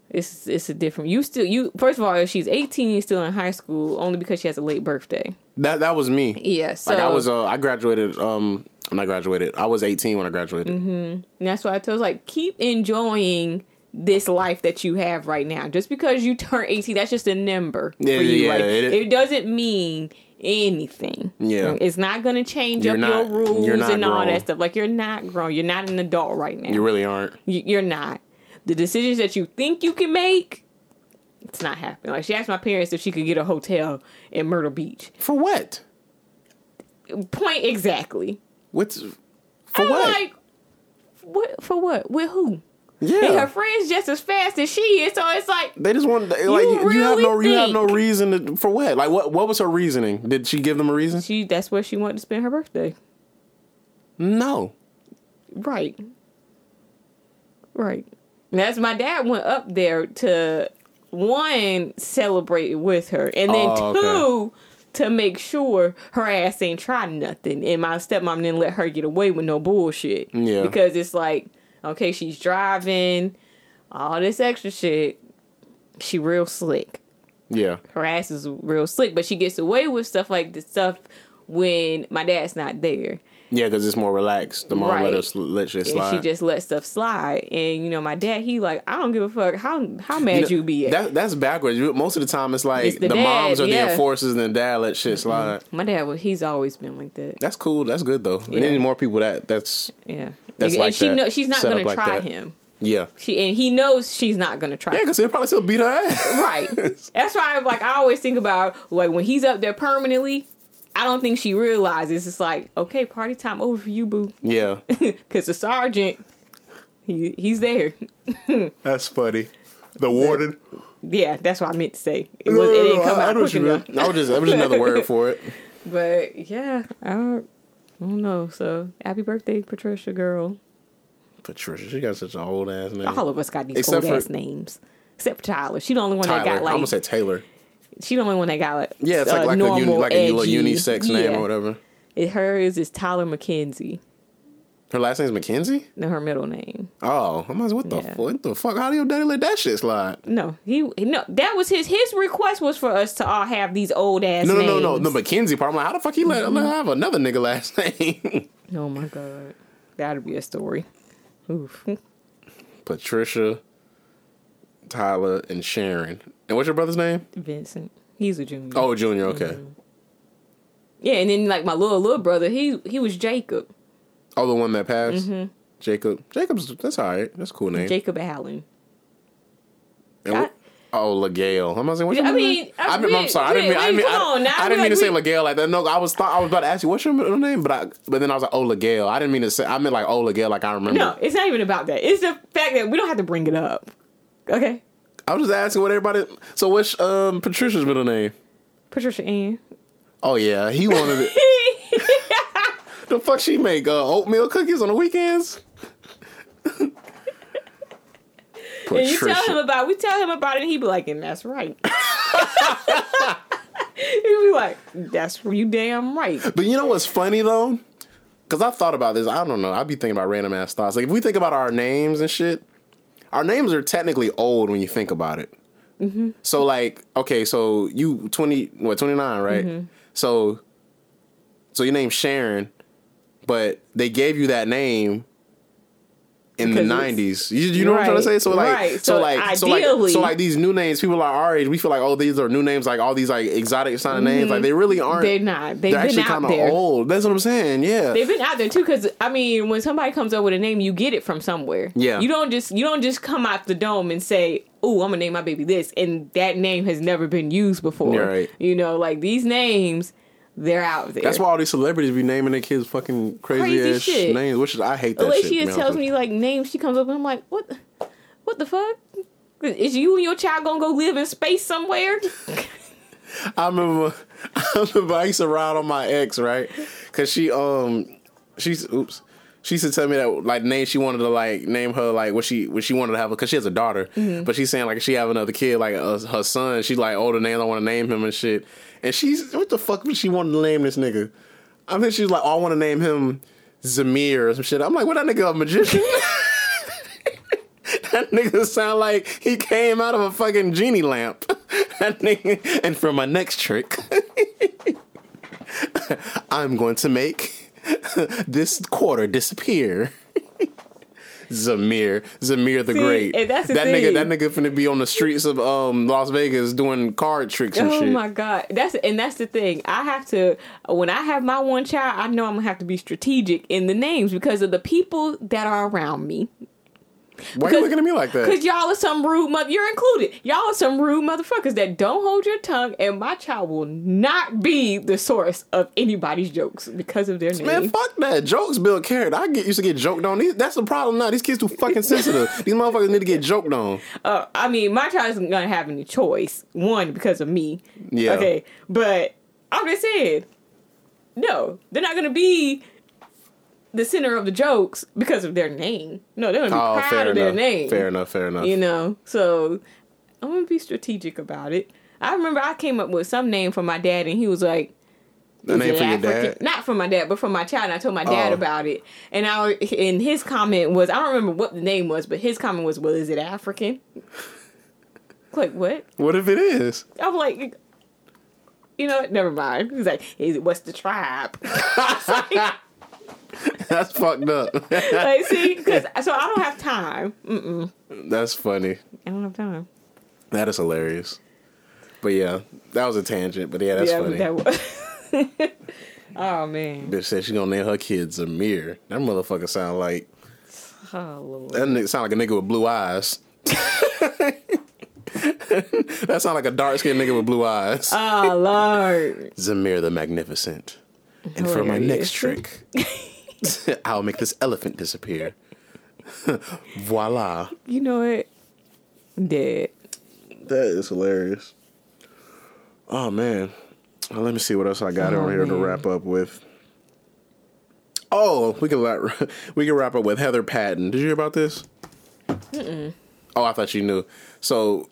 B: it's it's a different you still you first of all if she's 18 you're still in high school only because she has a late birthday
A: That that was me.
B: yeah so
A: Like I was, uh, I graduated. Um, when I graduated, I was 18 when I graduated.
B: And that's why I told like keep enjoying this life that you have right now. Just because you turn 18, that's just a number
A: Yeah,
B: for you.
A: yeah,
B: like,
A: it-
B: it, doesn't mean anything.
A: Yeah.
B: It's not gonna change
A: You're
B: up
A: not-
B: your rules
A: you're not
B: and all
A: grown.
B: that stuff. Like you're not grown. You're not an adult right now.
A: You
B: You're,
A: really aren't.
B: you're not. The decisions that you think you can make, it's not happening. Like she asked my parents if she could get a hotel in Myrtle Beach.
A: For what?
B: Point exactly.
A: What's for
B: I'm
A: what?
B: like, what for what? With who? And her
A: yeah,
B: friends just as fast as she is. So it's like
A: they just want they- like you, you have
B: really
A: no you have
B: think-
A: no reason to, for what? Like what what was her reasoning? Did she give them a reason?
B: she that's where she wanted to spend her birthday.
A: No.
B: Right. Right. And that's my dad went up there to one celebrate with her and then
A: Oh,
B: two
A: okay.
B: to make sure her ass ain't tried nothing and my stepmom didn't let her get away with no bullshit.
A: Yeah.
B: Because it's like, okay, she's driving, all this extra shit. She real slick.
A: Yeah.
B: her ass is real slick, but she gets away with stuff like this stuff when my dad's not there.
A: Yeah, because it's more relaxed. The mom let
B: Right.
A: us let shit
B: And
A: slide.
B: she just lets stuff slide. And you know, my dad, he like, I don't give a fuck how how mad you,
A: know,
B: be at.
A: That, that's backwards. You- Most of the time, it's like
B: It's
A: the,
B: the
A: moms
B: dad,
A: are
B: yeah. Mm-hmm.
A: the enforcers, and the dad let shit slide.
B: my dad, well, he's always been like that.
A: That's cool. That's good though. We
B: Yeah.
A: need more people that that's
B: Yeah,
A: That's
B: and
A: like
B: she
A: that.
B: knows she's not
A: Set
B: gonna
A: up like
B: try
A: that.
B: him.
A: yeah.
B: She and he knows she's not gonna try.
A: Yeah, because he'll probably still beat her ass.
B: Right. That's why I'm like I always think about like when he's up there permanently. I don't think she realizes it's like okay, party time over for you, boo,
A: Yeah,
B: because the sergeant, he he's there.
A: that's funny. The warden.
B: Yeah, that's what I meant to say. It, was, it didn't come
A: I, I
B: out
A: know what
B: quick
A: you
B: enough.
A: mean. I was just, I was just another word for it.
B: But yeah, I don't, I don't know. So happy birthday, Patricia girl.
A: Patricia, she got such an old ass name.
B: All of us got these
A: Except
B: old
A: for-
B: ass names. Except for Tyler. She the only one
A: Tyler.
B: that got
A: I almost
B: like
A: said Taylor.
B: she the only one that got like
A: Yeah, it's like
B: uh,
A: like,
B: normal,
A: a uni, like a
B: edgy-
A: little unisex name
B: yeah.
A: or whatever.
B: It, hers is Tyler McKenzie.
A: Her last name's McKenzie.
B: No, her middle name.
A: Oh, I'm like, what the
B: Yeah.
A: fuck? What the fuck? How do your daddy let that shit slide?
B: No, he no. That was his his request was for us to all have these old ass.
A: No, no,
B: names.
A: no, no. The McKenzie part. I'm like, how the fuck he
B: Mm-hmm.
A: let, let her have another nigga last name?
B: Oh my god, that'd be a story. Oof.
A: Patricia, Tyler, and Sharon. And what's your brother's name?
B: Vincent, he's a junior.
A: Oh, Junior. Okay.
B: Mm-hmm. Yeah, and then like my little little brother, he he was Jacob,
A: Oh, the one that passed.
B: Mm-hmm.
A: Jacob. Jacob's. That's all right. That's a cool name.
B: Jacob Allen.
A: And what- oh, Legale. I'm not saying what's your
B: I
A: middle
B: mean,
A: name? I
B: I-
A: mean, I'm
B: we-
A: sorry. I didn't
B: we-
A: mean. I didn't
B: we-
A: mean, I-
B: come on now.
A: I didn't
B: We
A: mean to say
B: like-
A: Legale like that. No, I was thought I was about to ask you what's your middle name, but I but then I was like, oh, Legale. I didn't mean to say. I meant like, oh, Legale. Like I remember.
B: No, it's not even about that. It's the fact that we don't have to bring it up. Okay,
A: I was just asking what everybody. So what's um Patricia's middle name?
B: Patricia Ann.
A: Oh yeah, he wanted it. the fuck she make uh, oatmeal cookies on the weekends?
B: And you tell him
A: Patricia.
B: about we tell him about it, and he be like, and that's right. he be like, that's you damn right.
A: But you know what's funny though? Cause I've thought about this. I don't know. I'd be thinking about random ass thoughts. Like if we think about our names and shit, our names are technically old when you think about it.
B: Mm-hmm.
A: So like, okay, so you twenty what twenty nine, right?
B: Mm-hmm.
A: So, so your name's Sharon, but they gave you that name in the
B: Because it's-
A: nineties. You, you know what I'm trying to
B: Right,
A: say? So like,
B: right.
A: so,
B: So
A: like, so like,
B: ideally-
A: so like these new names. People are our age. We feel like oh, these are new names. Like all these like exotic sounding names. Like they really aren't.
B: They're not.
A: They're
B: They've been
A: actually
B: out
A: kind of
B: there.
A: old. That's what I'm saying. Yeah.
B: They've been out there too, because I mean, when somebody comes up with a name, you get it from somewhere.
A: Yeah.
B: you don't just you don't just come out the dome and say, "Oh, I'm gonna name my baby this," and that name has never been used before.
A: You're right.
B: You know, like these names, they're out there.
A: That's why all these celebrities be naming their kids fucking crazy,
B: Crazy
A: ass
B: shit.
A: names. Which is I hate
B: the
A: that
B: way
A: shit.
B: she
A: to be
B: just tells
A: honest with
B: me like names she comes up and I'm like, what what the fuck? Is you and your child gonna go live in space somewhere?
A: you. I remember, I remember I used to ride on my ex right because she um she's oops. She used to tell me that like name she wanted to like name her like what she what she wanted to have because she has a daughter
B: Mm-hmm.
A: but she's saying like if she have another kid like uh, her son she like oh the name I want to name him and shit and she's what the fuck was she wanted to name this nigga I think she's like oh, I want to name him Zamir or some shit I'm like what that nigga a magician That nigga sound like he came out of a fucking genie lamp. That nigga, and for my next trick, I'm going to make this quarter disappear. Zamir, Zamir the
B: See,
A: Great.
B: and that's the
A: that
B: thing.
A: nigga, that nigga finna be on the streets of um Las Vegas doing card tricks and
B: oh
A: shit.
B: my god. That's and that's the thing. I have to when I have my one child, I know I'm gonna have to be strategic in the names because of the people that are around me.
A: Why you looking at me like that?
B: Cause y'all are some rude mother. You're included. Y'all are some rude motherfuckers that don't hold your tongue, and my child will not be the source of anybody's jokes because of their name.
A: Man, fuck that. Jokes build character. I get used to get joked on. These, that's the problem now. These kids too fucking sensitive. These motherfuckers need to get joked on.
B: uh, I mean, my child isn't gonna have any choice. One because of me.
A: Yeah.
B: Okay, but I'm just saying, no, they're not gonna be the center of the jokes because of their name. No, they're gonna be
A: Oh,
B: proud
A: fair
B: of their
A: enough.
B: name.
A: Fair enough. Fair enough.
B: You know, so I'm gonna be strategic about it. I remember I came up with some name for my dad, and he was like,
A: The name
B: "Is
A: for
B: it
A: your
B: African?"
A: dad.
B: Not for my dad, but for my child. And I told my dad
A: Oh.
B: about it, and I and his comment was, I don't remember what the name was, but his comment was, "Well, is it African?" like what?
A: What if it is?
B: I'm like, you know, what? never mind. He's like, "Is it what's the tribe?"
A: That's fucked up.
B: like, see, 'cause- so I don't have time. Mm,
A: That's funny.
B: I don't have time.
A: That is hilarious. But yeah, that was a tangent. But yeah, that's
B: yeah,
A: funny.
B: that was. oh man.
A: Bitch said she gonna name her kids Amir. That motherfucker sound like
B: Oh lord.
A: that nigga sound like a nigga with blue eyes. that sound like a dark skinned nigga with blue eyes.
B: Oh Lord.
A: Zamir the Magnificent. And for my next trick, I'll make this elephant disappear. Voila.
B: You know what? Dead.
A: That is hilarious. Oh man, Uh, let me see what else I got
B: Oh,
A: on here to
B: man.
A: wrap up with. Oh, we can wrap, we can wrap up with Heather Patton. Did you hear about this? Oh, I thought you knew. So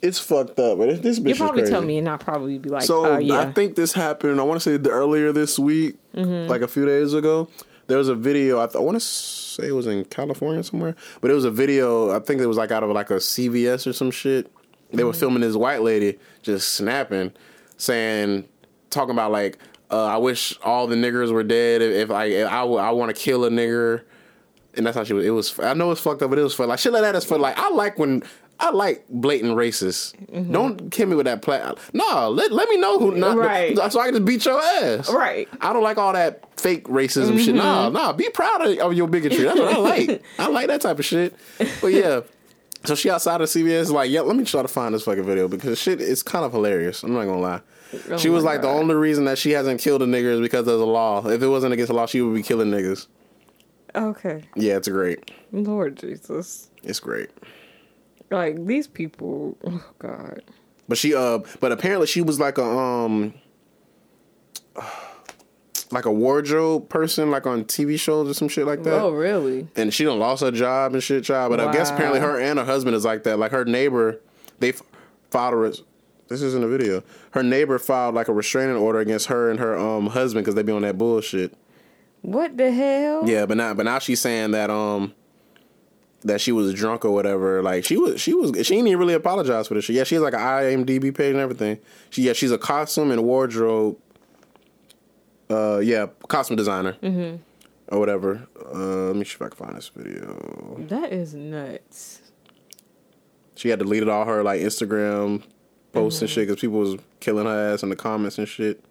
A: it's fucked up, but this bitch
B: You'll
A: is
B: probably
A: crazy.
B: tell me, and I'll probably be like,
A: So
B: "Oh yeah." Mm-hmm.
A: I think this happened. I want to say the, earlier this week, like a few days ago. There was a video. I, th- I want to say it was in California somewhere, but it was a video. I think it was like out of like a CVS or some shit. They
B: Mm-hmm.
A: were filming this white lady just snapping, saying, talking about like, uh, "I wish all the niggers were dead. If, if I if I, want to kill a nigger." And that's how she was. It was. I know it's fucked up, but it was for like shit like that is for like. I like when I like blatant racist.
B: Mm-hmm.
A: Don't kill me with that plat. No, let, let me know who. Not,
B: Right.
A: So I can just beat your ass.
B: Right. Mm-hmm.
A: I don't like all that fake racism shit. Nah, nah. Be proud of, of your bigotry. That's what I like. I like that type of shit. But yeah. So she outside of CBS like, yeah, let me try to find this fucking video because shit is kind of hilarious. I'm not gonna lie.
B: Oh
A: she was
B: my
A: like the
B: God.
A: only reason that she hasn't killed a nigger is because there's a law. If it wasn't against the law, she would be killing niggas.
B: okay,
A: Yeah, it's great.
B: Lord Jesus,
A: It's great.
B: like these people. Oh God.
A: But she uh but apparently she was like a um like a wardrobe person, like on TV shows or some shit like that.
B: Oh really?
A: And she done lost her job and shit, child. But I guess
B: Wow.
A: apparently her and her husband is like that. Like her neighbor, they f- filed a res- this isn't a video. Her neighbor filed like a restraining order against her and her um husband because they be on that bullshit.
B: What the hell?
A: Yeah, but now but now she's saying that um that she was drunk or whatever. Like she was she was she didn't even really apologize for this shit. Yeah, she has like an IMDB page and everything. She yeah, she's a costume and wardrobe uh yeah, costume designer. Mm-hmm. Or whatever. Uh let me see if I can find this video.
B: That is nuts.
A: She had deleted all her like Instagram posts
B: Mm-hmm.
A: and shit because people was killing her ass in the comments and shit.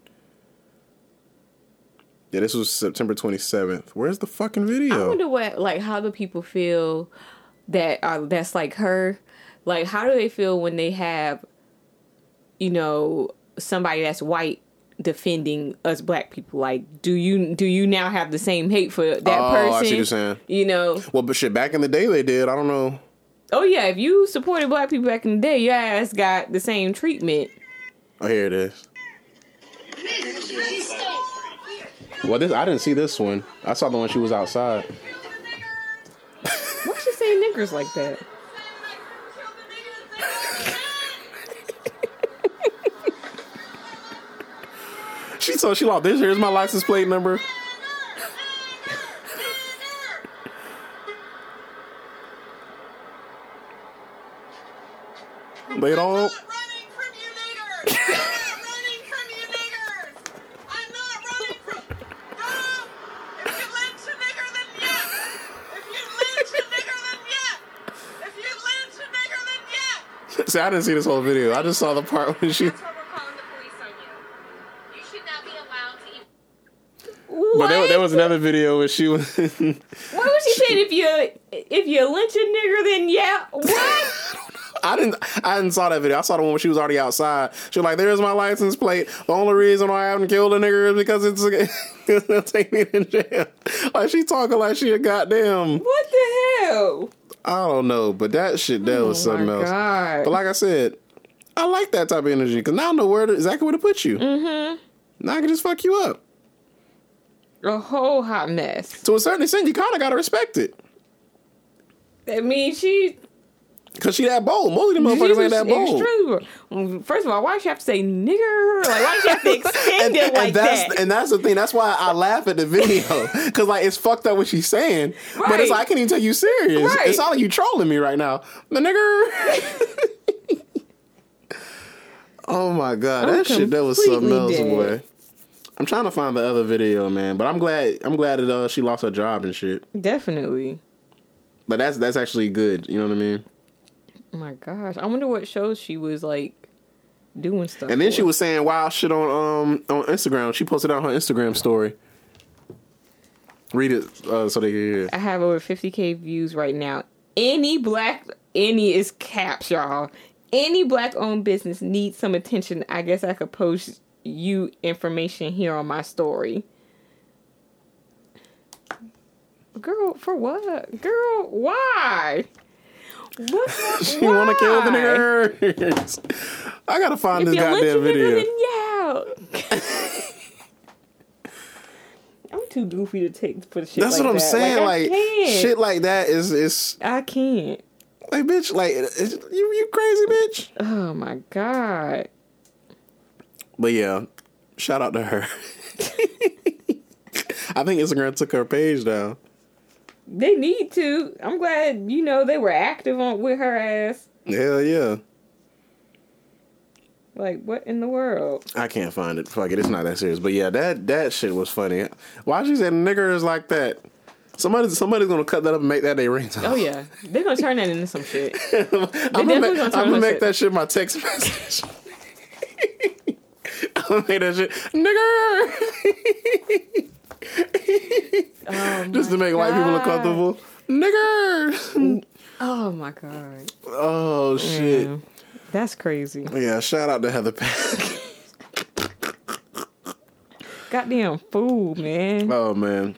A: Yeah, this was September twenty seventh. Where's the fucking video?
B: I wonder what like how do people feel that uh, that's like her? Like how do they feel when they have you know somebody that's white defending us black people? Like do you do you now have the same hate for that
A: Oh, I see
B: person?
A: what you're saying.
B: You know.
A: Well, but shit, back in the day they did. I don't know.
B: Oh yeah, if you supported black people back in the day, your ass got the same treatment.
A: Oh, here it is. Well, this I didn't see this one. I saw the one she was outside.
B: Why she say niggers like that?
A: She told she lost. This here's my license plate number. They don't. See, I didn't see this whole video. I just saw the part when she. But
B: What?
A: there, there was another video where she was.
B: What was she saying? If you if you lynch a nigger, then yeah. What?
A: I didn't. I didn't saw that video. I saw the one where she was already outside. She was like, "There's my license plate. The only reason why I haven't killed a nigger is because it's they'll take me to jail." Like she talking like she a goddamn.
B: What the hell?
A: I don't know, but that shit that was
B: Oh my
A: something else.
B: God.
A: But like I said, I like that type of energy because now I know where to, exactly where to put you. Mm-hmm. Now I can just fuck you up.
B: a whole hot mess.
A: To a certain extent, you kind of gotta respect it
B: I mean, she.
A: because she that bold. Most of them
B: She's
A: motherfuckers ain't that bold.
B: extreme. First of all, why does she have to say nigger? Like, why does she have to extend it like
A: that's
B: that?
A: and that's the thing. That's why I laugh at the video because like it's fucked up what she's saying, but it's
B: Right.
A: like, I can't even tell you serious.
B: Right.
A: It's not like you trolling me right now, the nigger. oh my god,
B: I'm
A: that shit that was something else,
B: completely dead.
A: boy. I'm trying to find the other video, man, but I'm glad I'm glad that uh, she lost her job and shit.
B: Definitely.
A: But that's that's actually good. You know what I mean?
B: Oh my gosh, I wonder what shows she was like doing stuff.
A: And then
B: for.
A: she was saying wild shit on um on Instagram. She posted out her Instagram story. Read it uh, so they can hear. it.
B: I have over 50k views right now. Any black, any is caps, y'all. Any black owned business needs some attention. I guess I could post you information here on my story. Girl, for what? Girl, why?
A: she want to kill the niggas. I gotta find this goddamn video.
B: yeah. I'm too goofy to take for shit.
A: That's
B: like
A: what I'm
B: that.
A: saying.
B: I
A: Like,
B: can't.
A: shit like that is is
B: I can't.
A: like bitch. Like is, you you crazy bitch.
B: Oh my god.
A: But yeah, shout out to her. I think Instagram took her page down.
B: They need to. I'm glad you know they were active on with her ass.
A: Hell yeah.
B: Like what in the world?
A: I can't find it. Fuck it, it's not that serious. But yeah, that that shit was funny. Why she said niggers like that? Somebody somebody's gonna cut that up and make that a ringtone.
B: Oh yeah, they're gonna turn that into some shit.
A: I'm
B: definitely
A: gonna make,
B: gonna
A: I'm
B: turn
A: gonna
B: that
A: make
B: shit.
A: that shit my text message. I'm gonna make that shit nigger
B: Um,
A: just to make white people look
B: God.
A: comfortable. Nigger.
B: oh my god,
A: Oh shit.
B: Yeah. that's crazy.
A: Yeah. shout out to Heather Pack.
B: Goddamn fool, man.
A: oh man.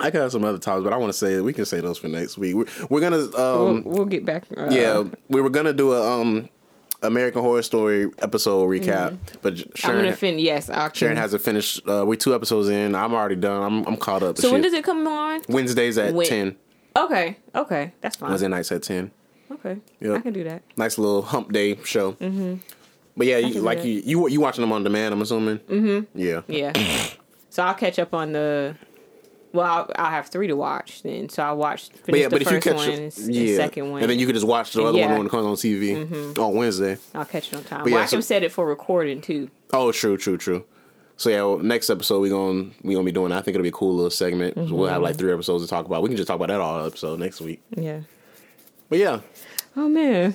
A: I got some other topics, but I want to say we can say those for next week. We're, we're gonna um,
B: we'll, we'll get back. Uh,
A: Yeah, we were gonna do a um American Horror Story episode recap, but
B: Mm-hmm. I'm
A: Sharon,
B: gonna fin. Yes, I can.
A: Sharon hasn't finished. Uh, we're two episodes in. I'm already done. I'm I'm caught up.
B: So when does it come on?
A: Wednesdays at
B: When-
A: ten.
B: Okay, okay, that's fine.
A: Wednesday nights at ten.
B: Okay,
A: Yep.
B: I can do that.
A: Nice little hump day show. Mm-hmm. But yeah, you,
B: do
A: like
B: that.
A: you, you you watching them on demand. I'm assuming. Mm-hmm. Yeah.
B: Yeah. so I'll catch up on the. Well, I'll, I'll have three to watch then. So I watched finish
A: But yeah,
B: the
A: but if you
B: first
A: catch
B: one and s- and second one.
A: and then you can just watch the other
B: Yeah. Mm-hmm.
A: one when it comes on TV on Wednesday.
B: I'll catch it on time.
A: But yeah,
B: well, I
A: so-
B: can set it for recording too.
A: Oh, true, true, true. So yeah, well, next episode we gonna we gonna be doing. I think it'll be a cool little segment. We'll have
B: Mm-hmm.
A: like three episodes to talk about. We can just talk about that all episode next week.
B: Yeah.
A: But yeah,
B: Oh man.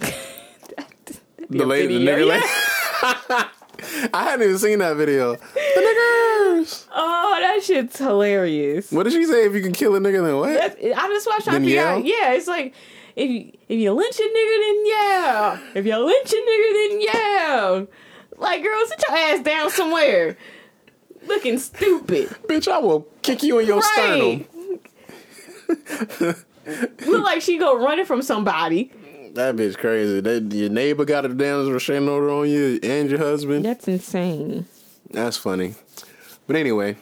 A: the lady, the
B: video,
A: nigger
B: yeah.
A: lady. I hadn't even seen that video. The niggers.
B: Oh, that shit's hilarious.
A: What did she say? If you can kill a nigga, then what?
B: That's, I just watched trying
A: Then
B: to figure out.
A: yell?
B: Yeah, it's like if you, if you lynch a nigga, then yeah. If you lynch a nigga, then yeah. Like, girl, sit your ass down somewhere, looking stupid.
A: Bitch, I will kick you in your
B: Right. Look like she go running from somebody.
A: sternum. That bitch crazy. That, your neighbor got a damn restraining order on you and your husband.
B: That's insane.
A: That's funny. But anyway,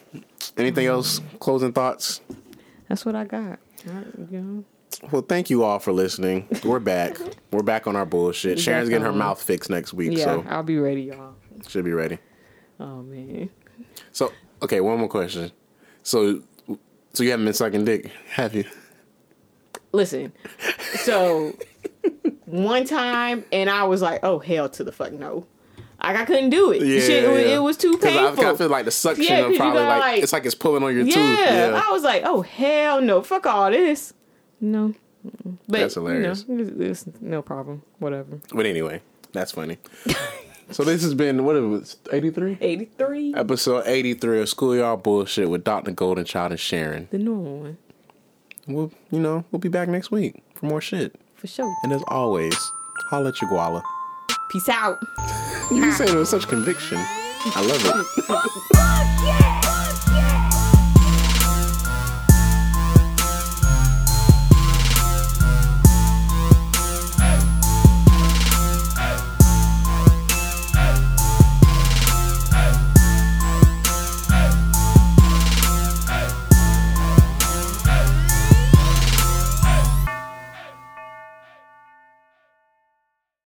A: anything else? Closing thoughts.
B: That's what I got. I- you know,
A: Well, thank you all for listening. We're back. We're back on our bullshit. Sharon's getting her
B: on.
A: mouth fixed next week,
B: yeah,
A: so
B: I'll be ready, y'all.
A: she'll be ready.
B: Oh man,
A: So, okay, one more question. So, so you haven't been sucking dick, have you?
B: listen. So one time, and I was like, oh hell to the fuck no. Like I couldn't do it. Shit, it, was, it was too
A: 'Cause I-
B: painful.
A: I, feel like the suction
B: Yeah, 'cause
A: of
B: you
A: probably
B: gotta,
A: like,
B: like-
A: it's like it's pulling on your tooth.
B: Yeah,
A: Yeah,
B: I was like, oh hell no, fuck all this. No, Mm-mm. but
A: That's hilarious.
B: You know, it's, it's no problem. Whatever.
A: but anyway, that's funny. so this has been what it was eighty three
B: Eighty three,
A: episode eighty three of Schoolyard Bullshit with Doctor Golden Child and Sharon.
B: the normal one
A: We'll you know we'll be back next week for more shit.
B: for sure.
A: And as always, holla at your guala.
B: Peace out.
A: You say it with such conviction. I love it.